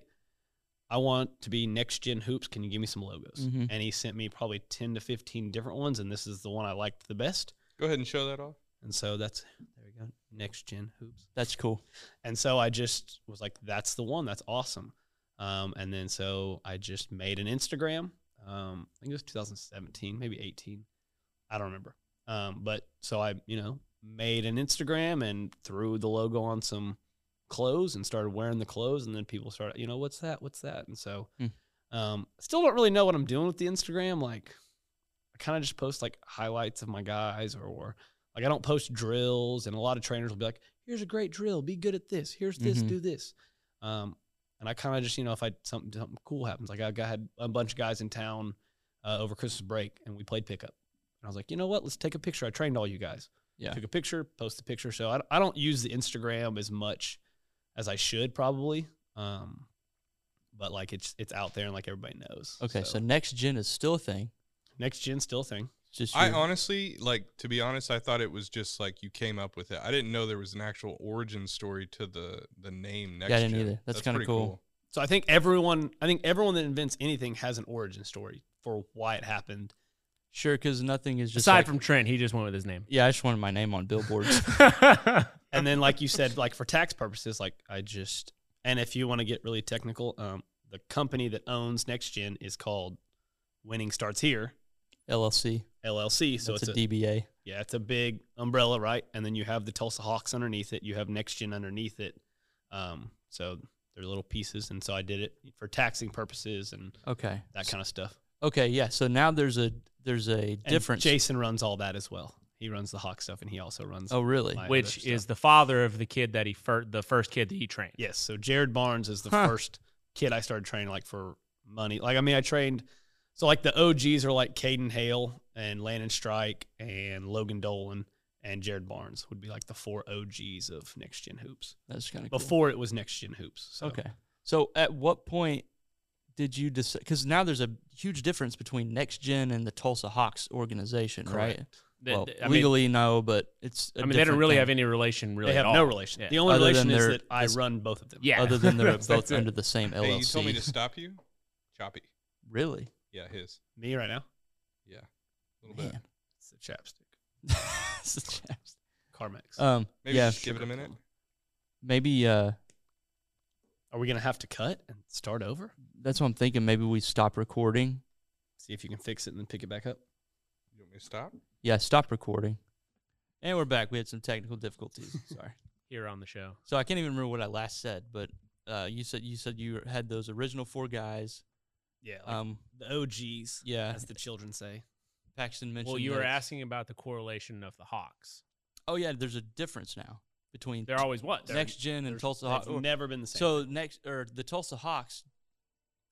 I want to be next gen hoops. Can you give me some logos?
Mhm.
And he sent me probably 10 to 15 different ones. And this is the one I liked the best.
Go ahead and show that off.
And so that's, there we go, next gen hoops.
That's cool.
And so I just was like, that's the one. That's awesome. Um, and then so I just made an Instagram. Um, I think it was 2017, maybe 18. I don't remember. Um, but so I, you know, made an Instagram and threw the logo on some clothes and started wearing the clothes. And then people started, you know, what's that? What's that? And so
Hmm.
um, still don't really know what I'm doing with the Instagram. Like, I kind of just post like highlights of my guys or, or like I don't post drills. And a lot of trainers will be like, here's a great drill. Be good at this. Here's this.
Mhm.
Do this. Um, and I kind of just, you know, if I something something cool happens, like I, got- had a bunch of guys in town uh, over Christmas break, and we played pickup. And I was like, you know what? Let's take a picture. I trained all you guys.
Yeah.
Took a picture, post the picture. So I, I don't use the Instagram as much as I should probably. Um, but like it's it's out there and like everybody knows.
Okay. So, next gen is still a thing.
next gen still a thing.
It's just
I
your-
honestly, like, to be honest, I thought it was just like you came up with it. I didn't know there was an actual origin story to the the name. Next
I didn't
Gen.
either. That's kinda
pretty
cool.
So I think everyone I think everyone that invents anything has an origin story for why it happened.
sure because nothing is just
Aside
like-
from Trent, he just went with
[laughs]
his name. [laughs]
yeah. I just wanted my name on
[laughs]
billboards.
and then like you said like for tax purposes like i just and if you want to get really technical um, the company that owns next gen is called winning starts here
LLC.
llc so
That's
it's a,
a DBA.
yeah it's a big umbrella right and then you have the tulsa hawks underneath it you have next gen underneath it um, so they're little pieces and so i did it for taxing purposes and
Okay.
that kind of stuff
Okay. Yeah. So now there's a there's a
And
difference.
jason runs all that as well he runs the hawk stuff and he also runs
oh really?
my other
Which
stuff.
is the father of the kid that he fir- the first kid that he trained.
Yes. So Jared Barnes is the
Huh.
first kid I started training like for money. Like I mean, I trained so like the OGs are like Caden Hale and Landon Strike and Logan Dolan and Jared Barnes would be like the four OGs of next gen hoops.
That's kind of cool.
Before it was next gen hoops. So
Okay. So at what point did you decide? Because now there's a huge difference between Next Gen and the Tulsa Hawks organization,
Correct.
right?
They-
well,
they- I mean,
legally, no, but it's. I
I mean, they don't really have any relation. Really,
they
at
have
all.
no relation.
Yeah.
The only
Other than
relation is
their-
that I
is-
run both of them.
Yeah.
Other than they're
[laughs] That's
both
it.
under the same
Cool. Hey,
LLC.
you told me to stop you. Choppy.
[laughs] really?
Yeah, his.
Me right now.
Yeah, a little bit.
Man. [laughs]
It's the chapstick.
It's a chaps-
Carmex.
um.
Maybe
yeah.
just give it a
sugar
minute.
plum.
Maybe. Uh.
Are we gonna have to cut and start over?
That's what I'm thinking. Maybe we stop recording.
See if you can fix it and then pick it back up.
You want me to stop?
Yeah. Stop recording. And we're back. We had some technical
[laughs]
difficulties. Sorry.
here on the show.
So I can't even remember what I last said, but uh, you said you said you had those original four guys.
Yeah.
Um.
the OGs,
Yeah.
as the children say.
Paxton mentioned.
Well, you were
that-
asking about the correlation of the Hawks.
Oh yeah, there's a difference now between
There always was.
next gen and
There's-
Tulsa
they've
Hawks. or-
never been the same.
So next or the Tulsa Hawks.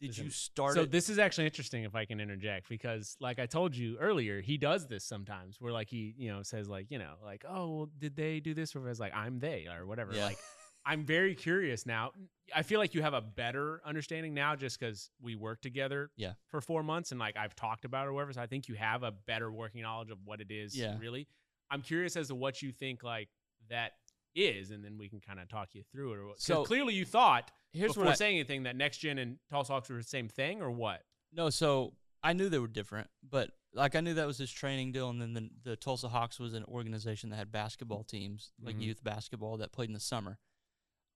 Did
Is
you
it-
start?
So
it-
this is actually interesting if I can interject because like I told you earlier, he does this sometimes where like he, you know, says like, you know, like, oh, well, did they do this? Or it's like, I'm they or whatever.
Yeah.
Like I'm very curious now. I feel like you have a better understanding now just because we worked together
Yeah.
for four months and like I've talked about it or whatever. So I think you have a better working knowledge of what it is
Yeah.
really. I'm curious as to what you think like that is, and then we can kind of talk you through it. Or what, 'cause
So-
clearly you thought
here's
before
what I
saying anything that next gen and Tulsa Hawks were the same thing or what?
no. So I knew they were different, but like I knew that was his training deal, and then the, the Tulsa Hawks was an organization that had basketball teams, like
Mhm.
youth basketball, that played in the summer.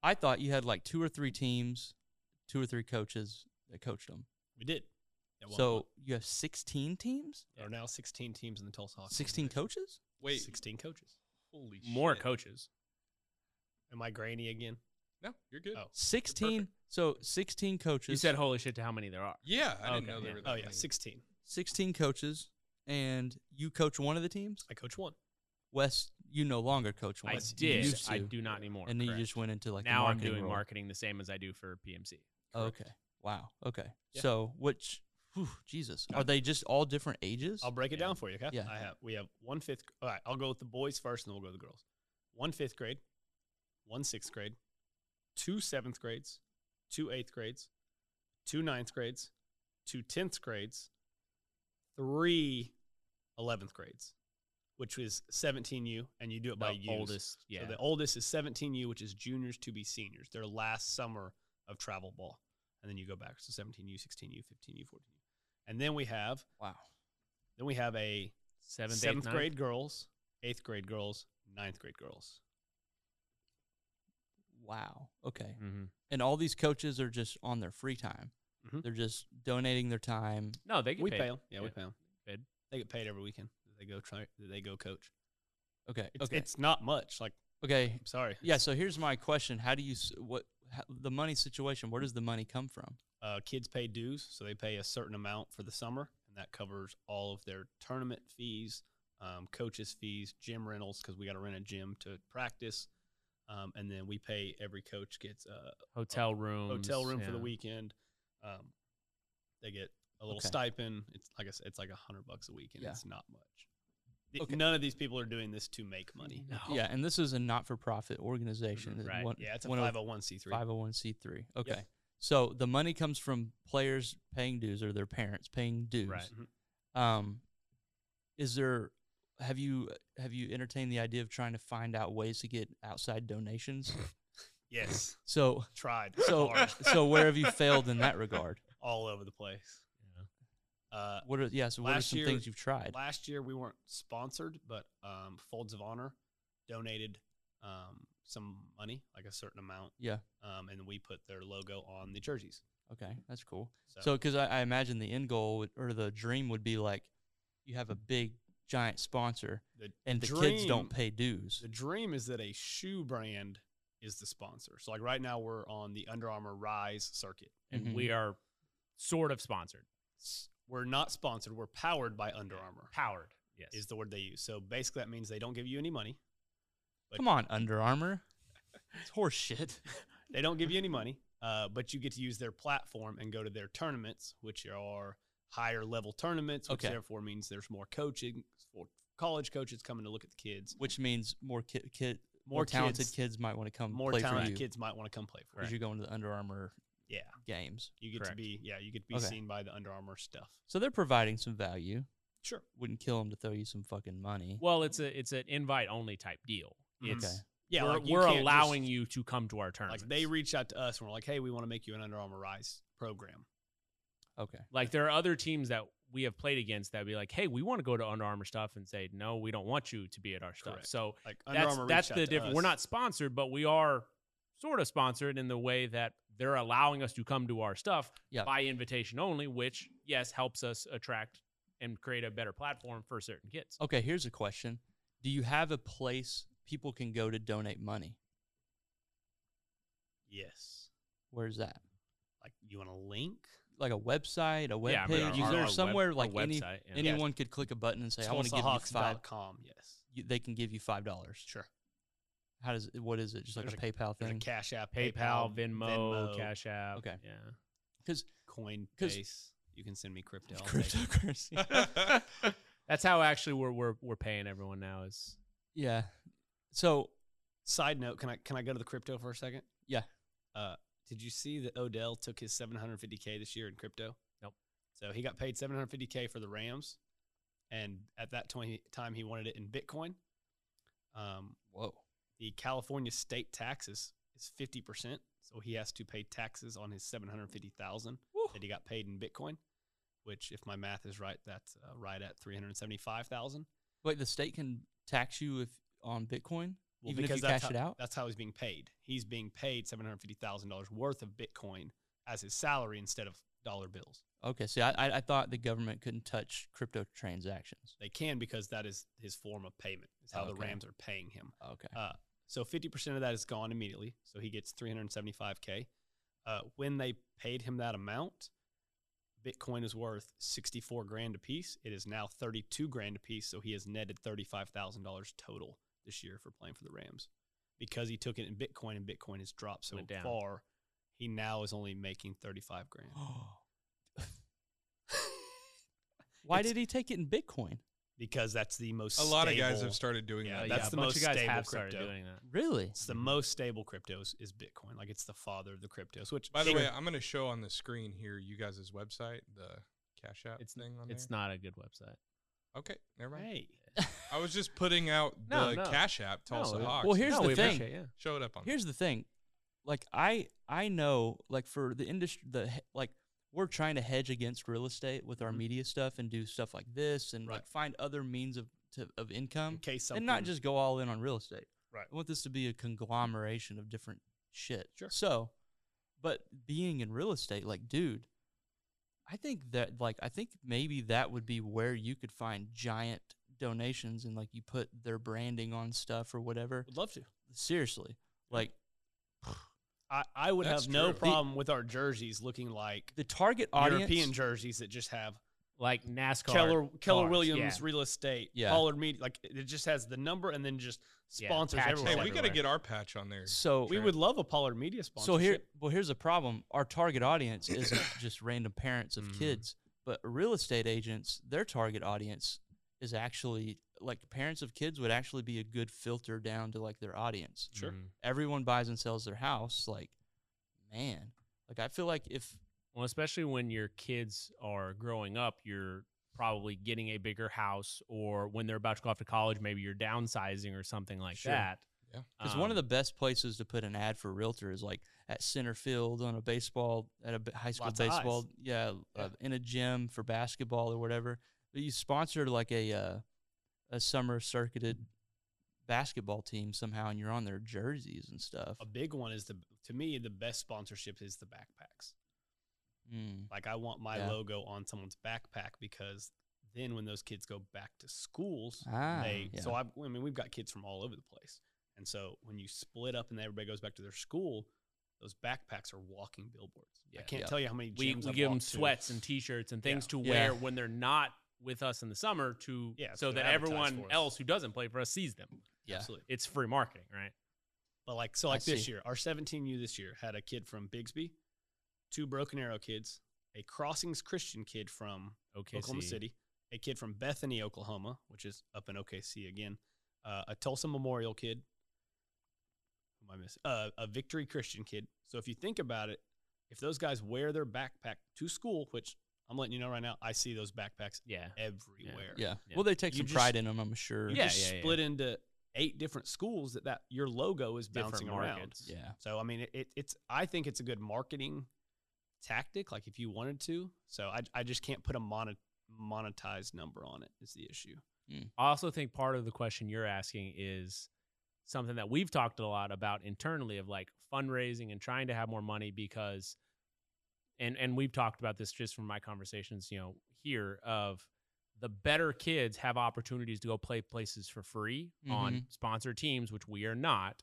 I thought you had like two or three teams, two or three coaches that coached them.
We did. At one
so
point.
you have sixteen teams,
there are now 16 teams in the Tulsa Hawks.
sixteen
organization.
coaches.
Wait,
16 coaches.
holy
More
shit.
coaches.
Am I grainy again?
No, you're good.
Oh.
Sixteen. So sixteen coaches.
You said holy shit to how many there are.
Yeah, I
Okay,
didn't know there
yeah.
were that
Oh yeah,
many.
16.
sixteen coaches, and you coach one of the teams.
I coach one.
West, you no longer coach one.
I
You
did.
used
I
to.
do not anymore.
and then
correct.
you just went into like the
now I'm
marketing
doing
role.
marketing the same as I do for PMC.
Okay. Wow. Okay.
Yeah.
So which whew, Jesus.
Yeah.
Are they just all different ages?
I'll break it
Yeah.
down for you. Okay.
Yeah.
I have. We have one fifth. All right. I'll go with the boys first, and then we'll go to the girls. One fifth grade, one sixth grade, two seventh grades, two eighth grades, two ninth grades, two tenth grades, three eleventh grades, which is seventeen U, and you do it by
the
years.
oldest, yeah.
So the oldest is seventeen U, which is juniors to be seniors. Their last summer of travel ball, and then you go back. So seventeen U, sixteen U, fifteen U, fourteen U, and then we have
wow.
then we have a
seventh,
seventh,
eighth, ninth?
grade girls, eighth grade girls, ninth grade girls.
Wow. Okay.
Mhm.
And all these coaches are just on their free time.
Mm-hmm.
Mhm.
They're just donating their time.
No, they get
we
paid.
pay them. Yeah, we
Yeah.
pay them.
Paid.
They get paid every weekend. They go try. They go coach.
Okay.
It's,
okay.
it's not much. Like
okay.
I'm sorry.
Yeah. So here's my question: How do you s- what how, the money situation? Where does the money come from?
Uh, kids pay dues, so they pay a certain amount for the summer, and that covers all of their tournament fees, um, coaches' fees, gym rentals because we got to rent a gym to practice, um, and then we pay every coach gets uh, a
Hotel room.
hotel room for the
yeah.
weekend. Um, they get a little
Okay.
stipend. It's like I said, it's like a hundred bucks a week, and
Yeah.
it's not much. Th-
Okay.
None of these people are doing this to make money.
No.
[laughs] Yeah. And this is a not-for-profit organization.
Right.
One-
Mm-hmm. Yeah, it's a
one of-
five hundred one c three.
501c3. Okay. So the money comes from players paying dues or their parents paying dues.
Right.
Mm-hmm.
Um is there have you have you entertained the idea of trying to find out ways to get outside
[laughs]
donations? [laughs]
Yes,
so
tried [laughs]
so
hard,
so where have you failed in that regard?
all over the place. Uh,
What are yeah, so what are
Last
some
year-
things you've tried?
last year we weren't sponsored, but um, Folds of Honor donated um, some money, like a certain amount,
yeah.
um, and we put their logo on the jerseys.
Okay. That's cool. So because I, I imagine the end goal would, or the dream would be like you have a big giant sponsor
the
and the kids
dream-
don't pay dues.
The dream is that a shoe brand is the sponsor. So like right now we're on the Under Armour Rise circuit.
And
Mhm.
we
Mm-hmm.
are sort of sponsored,
S- We're not sponsored. We're powered by Under Armour.
powered. Yes.
Is the word they use. So basically that means they don't give you any money. but-
Come on, Under Armour. It's horse shit.
They don't give you
[laughs]
any money, uh, but you get to use their platform and go to their tournaments, which are higher level tournaments, which
Okay.
therefore means there's more coaching for college coaches coming to look at the kids.
Which means more kid, kid more,
More
talented
kids-
kids, might want to come
More
play for
talented
you
kids might want to come play for
because
you.
you're going to the Under Armour
Yeah.
games.
You get to
Correct.
be yeah, you get to be
Okay.
seen by the Under Armour stuff.
So they're providing some value.
Sure.
Wouldn't kill them to throw you some fucking money.
[laughs] well, it's a it's an invite only type deal.
Mhm.
It's
Okay.
Yeah,
we're,
like, you
we're
can't just-
allowing you to come to our tournament.
Like they reached out to us and were like, "Hey, we want to make you an Under Armour Rise program."
Okay.
Like there are other teams that we have played against that would be like, hey, we want to go to Under Armour stuff and say, no, we don't want you to be at our stuff.
Correct.
So
Like Under
that's
Armour.
that's
reached out
the
to
difference.
us.
We're not sponsored, but we are sort of sponsored in the way that they're allowing us to come to our stuff
Yeah.
by invitation only, which yes helps us attract and create a better platform for certain kids.
Okay. Here's a question: Do you have a place people can go to donate money?
Yes.
Where's that?
Like you want a link?
Like a website, a web
Yeah, I mean,
page?
our-
Is
our-
there
our web-
somewhere
our
like any,
website, yeah.
anyone could click a button and say, "I want to give you five.
TulsaHawks.com, Yes.
You, they can give you five dollars.
Sure.
How does what is it? Just like
There's
a, PayPal
There's a
thing? [laughs]
Cash App,
PayPal, Venmo, Cash App.
Okay.
Yeah.
Coinbase. You can send me crypto. I'll take it.
Cryptocurrency.
[laughs]
[laughs] That's how actually we're we're we're paying everyone now is
[laughs] Yeah. So
Side note: Can I can I go to the crypto for a second?
Yeah.
Uh, did you see that Odell took his 750k this year in crypto?
Nope.
So he got paid 750k for the Rams, and at that toi- time he wanted it in Bitcoin. Um,
whoa.
the California state taxes is 50%. So he has to pay taxes on his 750,000 that he got paid in Bitcoin, which, if my math is right, that's uh, right at three hundred seventy-five thousand.
Wait, the state can tax you if on Bitcoin,
Well,
even if
because
you
that's
cash it
how-
out.
That's how he's being paid. He's being paid seven hundred fifty thousand dollars worth of Bitcoin as his salary instead of dollar bills.
Okay, see, I, I I thought the government couldn't touch crypto transactions.
They can because that is his form of payment. Is how the
Okay.
Rams are paying him.
Okay,
Uh, so 50% of that is gone immediately. So he gets 375K. Uh, when they paid him that amount, Bitcoin is worth 64 grand a piece. It is now 32 grand a piece. So he has netted $35,000 total this year for playing for the Rams because he took it in Bitcoin and Bitcoin has dropped so
Went down.
far. He now is only making 35 grand.
[gasps] [gasps] why
It's-
did he take it in Bitcoin?
because that's the most
A lot of guys
stable-
have started doing
Yeah,
that.
that's
yeah,
the
most
most you guys
stable
have started
crypto.
doing that.
Really?
It's the most stable cryptos is Bitcoin. Like it's the father of the cryptos, which
By the
sure,
way, I'm going to show on the screen here you guys' website, the Cash App
It's
thing on
It's
there.
not a good website.
okay, never mind.
hey,
I was just putting out
No,
the
no.
Cash App Tulsa
it-
Hawks.
Well, here's
No,
the
we
thing.
appreciate it, yeah.
show it up on.
Here's the thing, like I I know like for the industry the he- like we're trying to hedge against real estate with our
Mhm.
media stuff and do stuff like this and like
Right.
find other means of to, of
in
um,
income
case something
and not just go all in on real estate.
Right.
I want this to be a conglomeration of different shit.
Sure.
So, but being in real estate, like, dude, I think that, like, I think maybe that would be where you could find giant donations and, like, you put their branding on stuff or whatever.
would love to.
Seriously. Like,
I, I would
That's
have no
true.
problem with our jerseys looking like
the target audience.
European jerseys that just have
Like NASCAR.
Keller Keller
cars,
Williams
yeah.
real estate,
Yeah.
Pollard Media. Like it just has the number and then just
Yeah,
sponsors
patches
Hey,
everywhere.
we got to
everywhere.
get our patch on there.
So,
we would love a Pollard Media sponsor.
so here, well, here's the problem. Our target audience isn't just random parents of
Mhm.
kids, but real estate agents. Their target audience is actually like parents of kids would actually be a good filter down to like their audience.
sure.
Everyone buys and sells their house. Like, man, like I feel like if
Well, especially when your kids are growing up, you're probably getting a bigger house, or when they're about to go off to college, maybe you're downsizing or something like
Sure.
that.
Yeah.
because one of
Um,
the best places to put an ad for realtor is like at center field on a baseball at a b- high school
Lots of eyes.
baseball, yeah,
Yeah.
Uh, in a gym for basketball or whatever. But you sponsored like a uh, a summer circuited basketball team somehow, and you're on their jerseys and stuff.
A big one is the to me the best sponsorship is the backpacks.
Mm,
Like I want my
Yeah.
logo on someone's backpack because then when those kids go back to schools,
Ah,
they
yeah.
so I, I mean we've got kids from all over the place, and so when you split up and everybody goes back to their school, those backpacks are walking billboards. I
Yeah.
can't
Yeah.
tell you how many
we,
gyms
we
I've
give them
walked to.
sweats and t-shirts and things
Yeah.
to
Yeah.
wear when they're not with us in the summer to
Yeah,
so
to
that
advertise for
everyone
us.
else who doesn't play for us sees them.
yeah,
Absolutely.
It's free marketing, right?
But like so
I
like this
see.
year, our 17U this year had a kid from Bigsby, two Broken Arrow kids, a Crossings Christian kid from
Okay.
Oklahoma City, a kid from Bethany, Oklahoma, which is up in OKC again, uh, a Tulsa Memorial kid. Who am I missing? Uh, a Victory Christian kid. So if you think about it, if those guys wear their backpack to school, which I'm letting you know right now, I see those backpacks
Yeah.
everywhere.
yeah.
Yeah.
Well, they take
You
some
just-
pride in them, I'm sure.
You
Yeah,
just
yeah, yeah.
split into eight different schools that, that your logo is
Different
bouncing around.
markets.
yeah.
So I mean, it- it, it's I think it's a good marketing tactic, like if you wanted to. So I I just can't put a monet, monetized number on it. Is the issue?
I also think part of the question you're asking is something that we've talked a lot about internally of like fundraising and trying to have more money because and and we've talked about this just from my conversations, you know, here of the better kids have opportunities to go play places for free on sponsored teams, which we are not.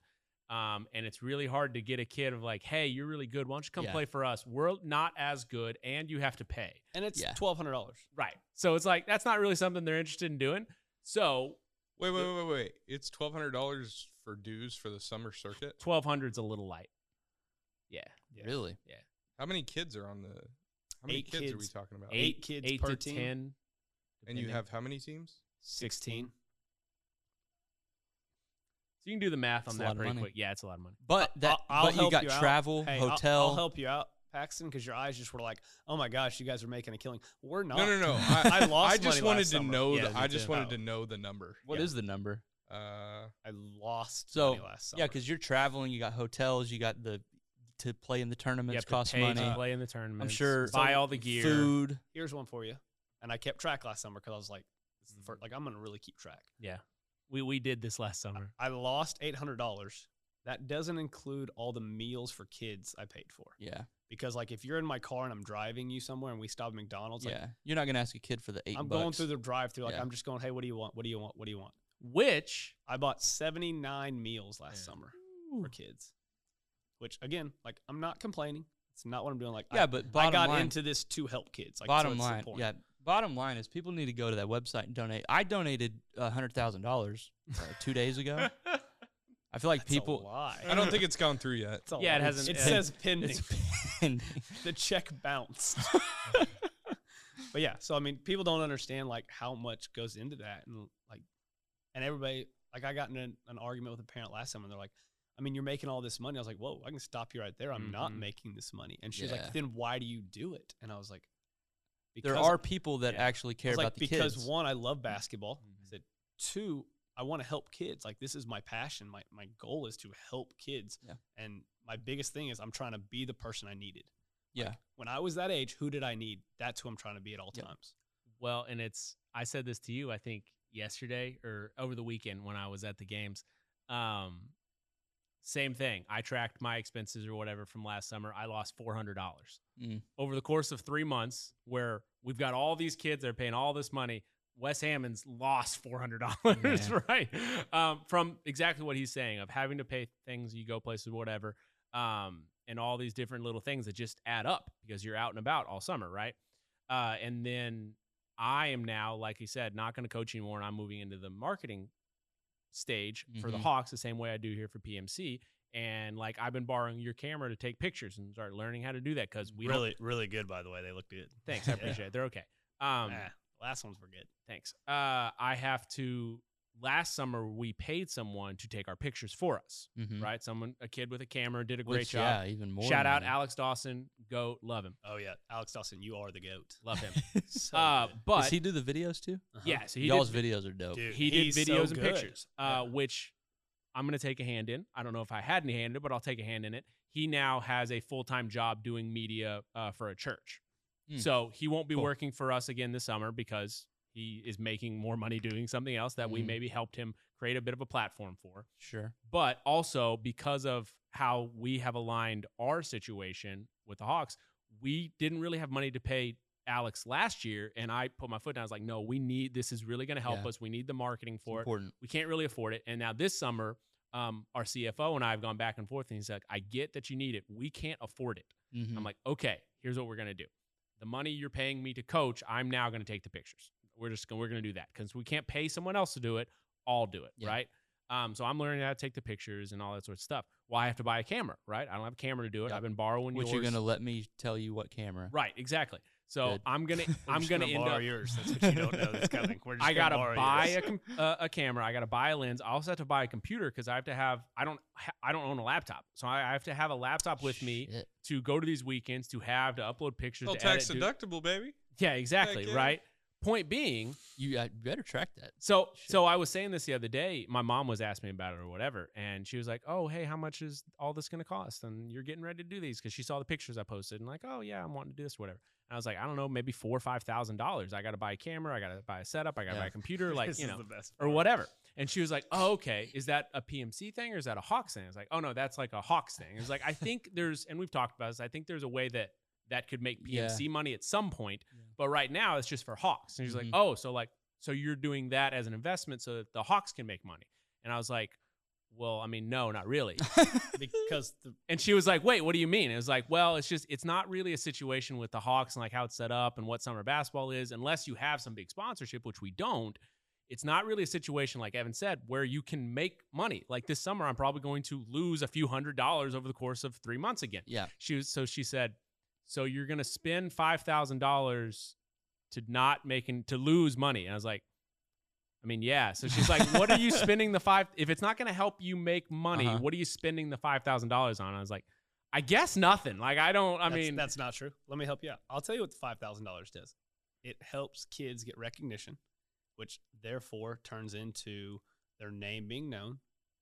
Um, and it's really hard to get a kid of like, hey, you're really good. Why don't you come
Yeah.
play for us? We're not as good, and you have to pay.
And it's
Yeah.
twelve hundred dollars.
Right. So it's like that's not really something they're interested in doing. So
Wait, wait, wait, wait, wait. It's twelve hundred dollars for dues for the summer circuit.
twelve hundred's a little light. Yeah,
Yeah.
Really?
How many kids are on the? How many
Eight
kids, are we
kids.
talking about?
Eight kids
eight
per
to
team.
ten.
And you
depending.
have how many teams?
Sixteen.
so you can do the math
It's
on
a lot
that
of
pretty
money.
quick. Yeah, it's a lot of money.
But that,
I'll
but you
help
got
you out.
travel,
Hey, I'll-
hotel.
I'll, help you out, Paxton, because your eyes just were like, "Oh my gosh, you guys are making a killing." We're not.
No,
[laughs]
no, no. I,
I lost
I just
money
wanted
last
to
summer.
know.
Yeah,
the,
me
I just
too.
wanted
Oh.
to know the number.
What is
Yeah.
the number?
Uh,
I lost
So,
[laughs] money last summer.
Yeah, because you're traveling, you got hotels, you got the to play in the
You
tournaments
have to
costs
pay
money.
to play in the tournament.
sure-
buy all the gear.
Food.
Here's one for you. And I kept track last summer because I was like, this is the
Mm.
first, like I'm gonna really keep track.
We we did this last summer.
I lost eight hundred dollars. That doesn't include all the meals for kids I paid for.
Yeah,
Because like if you're in my car and I'm driving you somewhere and we stop at McDonald's, like
yeah. You're not gonna ask a kid for the 8
I'm
bucks.
going through the drive through, like
Yeah.
I'm just going, hey, what do you want? What do you want? What do you want? [laughs]
Which [laughs]
I bought 79 meals last
Yeah.
summer for kids, which again, like I'm not complaining. It's not what I'm doing. Like
yeah,
I,
but
I
bottom
got
line,
into this to help kids. Like so
bottom
it's
line,
important.
yeah. Bottom line is people need to go to that website and donate. I donated a hundred thousand dollars uh,
[laughs]
two days ago. I feel like
That's
people.
A lie.
[laughs]
I don't think it's gone through yet.
That's a
Yeah, it
lie.
hasn't-
It
it-
says pending.
It's pending.
[laughs] the check
[laughs]
bounced. but yeah, so I mean, people don't understand like how much goes into that, and like, and everybody like I got in an, an argument with a parent last time, and they're like, "I mean, you're making all this money." I was like, "Whoa, I can stop you right there. I'm not
Mhm.
making this money." And she's
Mm-hmm. Yeah.
like, "Then why do you do it?" And I was like,
there are people that
yeah.
actually
I
care
was
about
like,
the
because
kids. Mm.
one, I love basketball. I
Mhm.
said two, I want to help kids. Like this is my passion. My my goal is to help kids.
Yeah.
And my biggest thing is I'm trying to be the person I needed.
yeah,
When I was that age, who did I need? That's who I'm trying to be at all
Yep.
times.
Well, and it's I said this to you I think yesterday or over the weekend when I was at the games. Um same thing. I tracked my expenses or whatever from last summer. I lost $400.
Mm.
Over the course of 3 months where we've got all these kids they're paying all this money, Wes Hammonds lost [laughs] $400, right? Um from exactly what he's saying of having to pay things you go places whatever. Um and all these different little things that just add up because you're out and about all summer, right? Uh, and then I am now, like he said, not going to coach anymore, and I'm moving into the marketing stage for the
Mhm.
Hawks the same way I do here for PMC. And like I've been borrowing your camera to take pictures and start learning how to do that because we don't.
really good, by the way. They look good.
[laughs]
[laughs]
Thanks, I appreciate it. They're okay. Um,
Ah. last ones were good.
Thanks. Uh, I have to. Last summer, we paid someone to take our pictures for us,
Mhm.
right? Someone, a kid with a camera, did a great
Which,
job.
Yeah, even more.
Shout out
money.
Alex Dawson. Go love him.
Oh yeah, Alex Dawson, you are the goat.
Love him.
[laughs] So
uh,
good.
but
Does he do the videos too?
Uh-huh.
yeah, so he did
Y'all's videos are dope.
Dude,
he did
he's so
videos and
good.
pictures,
Yeah.
uh, which I'm going to take a hand in. I don't know if I had any hand in it, but I'll take a hand in it. He now has a full time job doing media uh, for a church.
Hmm.
So he won't be
Cool.
working for us again this summer because he is making more money doing something else that we
Mhm.
maybe helped him create a bit of a platform for
Sure.
but also because of how we have aligned our situation with the Hawks, we didn't really have money to pay Alex last year. And I put my foot down. I was like, no, we need this is really going to help
Yeah.
us. We need the marketing
It's
for it.
important.
We can't really afford it. And now this summer, um, our CFO and I have gone back and forth, and he's like, I get that you need it. We can't afford it.
Mhm.
I'm like, okay, here's what we're gonna do. The money you're paying me to coach, I'm now gonna take the pictures. We're just gonna, we're gonna do that because we can't pay someone else to do it. I'll do it,
Yeah.
right? Um, so I'm learning how to take the pictures and all that sort of stuff. Well, I have to buy a camera, right? I don't have a camera to do it.
Yeah.
I've been borrowing
Which
yours.
you're gonna let me tell you what camera?
right? Exactly. So
Good. [laughs]
I'm gonna
We're
I'm
just
gonna, end
borrow
up.
yours. That's what you don't know that's coming.
[laughs]
We're just
I gotta
borrow
buy
yours.
a, com- uh, a camera. I gotta buy a lens. I also have to buy a computer because I have to have. I don't. Ha- I don't own a laptop, so I, I have to have a laptop with me
Shit.
to go to these weekends to have to upload pictures.
Well,
to edit,
tax
do-
deductible, baby.
Yeah, exactly.
yeah.
Right. Point being,
You I better track that.
[laughs] so
Shit.
so I was saying this the other day. My mom was asking me about it or whatever, and she was like, "Oh, hey, how much is all this going to cost?" And you're getting ready to do these because she saw the pictures I posted and like, "Oh yeah, I'm wanting to do this, or whatever." And I was like, "I don't know, maybe four or five thousand dollars. I got to buy a camera, I got to buy a setup, I got to
Yeah.
buy a computer,
[laughs]
like
This
you
is
know,
the best
or
part.
whatever." And she was like, "Oh, okay. Is that a PMC thing or is that a Hawks thing?" I was like, "Oh no, that's like a Hawks thing." It's like
[laughs]
I think there's, and we've talked about this. I think there's a way that that could make
Yeah.
PMC money at some point,
Yeah.
but right now it's just for Hawks. And she's
Mhm.
like, "Oh, so like, so you're doing that as an investment so that the Hawks can make money?" And I was like, "Well, I mean, no, not really."
because the
and she was like, "Wait, what do you mean?" And it was like, "Well, it's just it's not really a situation with the Hawks and like how it's set up and what summer basketball is, unless you have some big sponsorship, which we don't." It's not really a situation like Evan said where you can make money. Like this summer, I'm probably going to lose a few hundred dollars over the course of three months again.
Yeah.
She was so she said, so you're gonna spend five thousand dollars to not making to lose money. And I was like, I mean, yeah. So she's like, what are you spending the five if it's not gonna help you make money,
Uh-huh.
what are you spending the five thousand dollars on? I was like, I guess nothing. Like I don't I
that's-
mean
that's not true. Let me help you out. I'll tell you what the five thousand dollars does. It helps kids get recognition, which therefore turns into their name being known,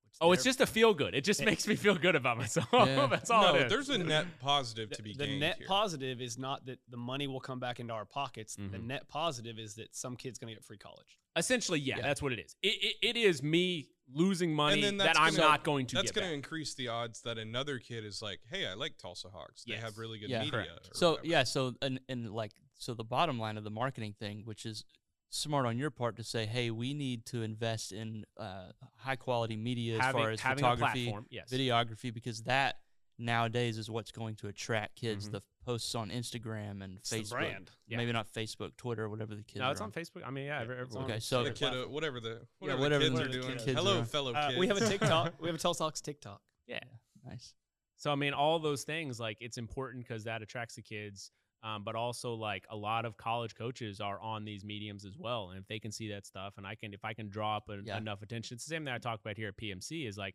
It's
Oh, it's
their-
just a feel good. It just
Yeah.
makes me feel good about myself.
Yeah.
[laughs] That's all
no,
it is.
there's a net
[laughs]
positive to be
the
gained
net
here.
positive is not that the money will come back into our pockets. The
Mhm.
net positive is that some kid's going to get free college.
Essentially, yeah,
Yeah.
that's what it is. It, it, it is me losing money
then
that
that's
I'm
gonna-
not going to
That's
get
going to
back.
increase the odds that another kid is like, "Hey, I like Tulsa Hawks. They
Yes.
have really good
Yeah.
media."
Correct.
or
So
whatever."
yeah, so and and like so the bottom line of the marketing thing, which is smart on your part to say, hey, we need to invest in uh, high quality media as
having
far as
having a
photography,
platform, yes,
videography, because that nowadays is what's going to attract kids.
Mhm.
The posts on Instagram and
It's the
Facebook,
brand.
Yeah.
maybe not Facebook, Twitter, whatever the kids.
No,
are
it's on Facebook. I mean, yeah, every,
it's
everyone.
Okay, so
the
Other
kiddo,
platform.
uh, whatever the whatever,
whatever
the kids
the
are doing.
kids
Hello,
are.
fellow
Uh,
kids.
we have [laughs] a TikTok. we have a Tulsa Hawks TikTok.
yeah.
Nice.
So I mean, all those things like it's important because that attracts the kids, um, but also like a lot of college coaches are on these mediums as well, and if they can see that stuff, and I can, if I can draw up en-
Yeah.
enough attention, it's the same thing I talk about here at PMC is like,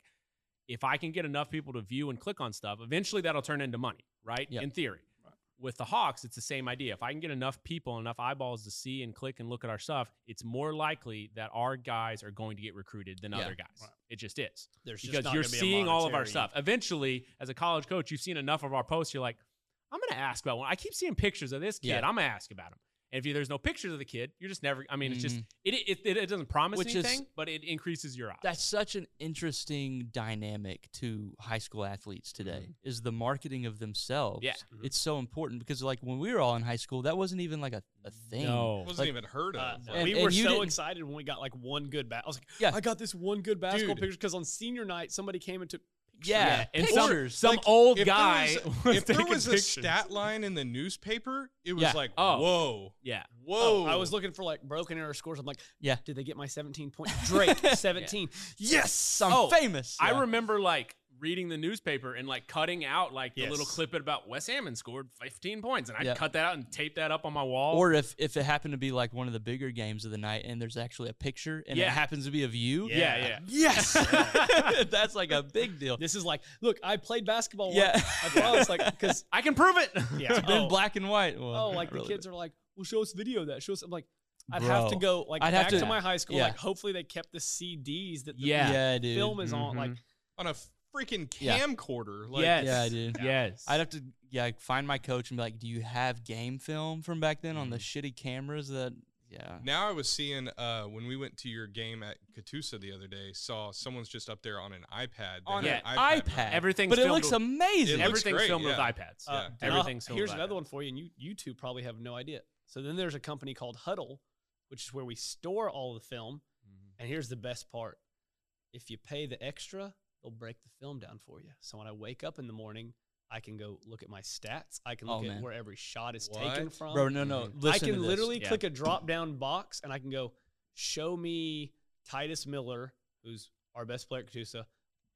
if I can get enough people to view and click on stuff, eventually that'll turn into money, right?
Yeah.
In theory. With the Hawks, it's the same idea. If I can get enough people, enough eyeballs to see and click and look at our stuff, it's more likely that our guys are going to get recruited than
Yeah.
other guys.
Right.
It just is
There's just
because
not
you're
gonna be a
seeing all of our
monetary-
stuff. Eventually, as a college coach, you've seen enough of our posts. You're like, I'm gonna ask about one. I keep seeing pictures of this kid.
Yeah.
I'm gonna ask about him. And if you, there's no pictures of the kid, you're just never. I mean, it's just
Mhm.
it, it it it doesn't promise
Which is-
anything, but it increases your odds.
That's such an interesting dynamic to high school athletes
Mm-hmm.
today is the marketing of themselves.
Yeah.
Mhm.
It's so important because like when we were all in high school, that wasn't even like a, a thing.
no.
wasn't
like-
even heard
Uh,
of.
And-
we
and
were
you
so
didn't-
excited when we got like one good bat. I was like,
Yeah.
I got this one good basketball
Dude.
picture because on senior night somebody came and took.
Yeah.
and some
Pictures.
some
Like,
old
if there
guy.
was-
[laughs] was
if there
taking
was a
pictures.
stat line in the newspaper, it was
Yeah.
like,
Oh.
whoa,
yeah,
whoa.
Oh, I was looking for like broken error scores. I'm like,
Yeah.
Did they get my 17 point?
[laughs]
Drake 17.
Yes, I'm
Oh,
famous.
I
Yeah.
remember like reading the newspaper and like cutting out like the little
Yes.
clip about Wes Hammond scored 15 points, and I
Yeah.
would cut that out and tape that up on my wall.
Or if if it happened to be like one of the bigger games of the night, and there's actually a picture, and
Yeah.
it happens to be of you.
yeah,
Yeah.
yeah.
Yes, [laughs] that's like a big deal.
[laughs] This is like, look, I played basketball. once.
Yeah, [laughs]
I promise. Like, because
I can prove [laughs] it.
yeah,
it's been
oh,
black and white. Well,
oh,
not
like the
really,
kids are like, well, show us video of that. Show us. I'm like, I'd have to
Bro.
go like
I'd have
back to,
to-
my high school.
yeah.
Like, hopefully they kept the CDs that the
but-
Yeah.
yeah, dude.
film is on. Like,
on a freaking
Yeah.
camcorder. Like,
Yes.
Yeah, dude.
Yes.
I'd have to yeah find my coach and be like, "Do you have game film from back then on the shitty cameras that?" Yeah,
Now I was seeing uh, when we went to your game at Catoosa the other day, saw someone's just up there on an iPad. They
on
had
an
an
iPad.
Everything's
but it
filmed
looks
with-
amazing.
It looks
everything's
great,
filmed with
yeah.
iPads.
uh,
Yeah. Everything's
now,
filmed
Here's
with
another
iPad.
one for you, and you you two probably have no idea. So then there's a company called Huddle, which is where we store all the film. And here's the best part: if you pay the extra, they'll break the film down for you. So when I wake up in the morning, I can go look at my stats. I can
Oh,
look at
man.
where every shot is taken
What?
from.
bro. No, no. Listen
I
to
can
this.
literally
Yeah.
click a drop down box and I can go, show me Titus Miller, who's our best player at Katusa,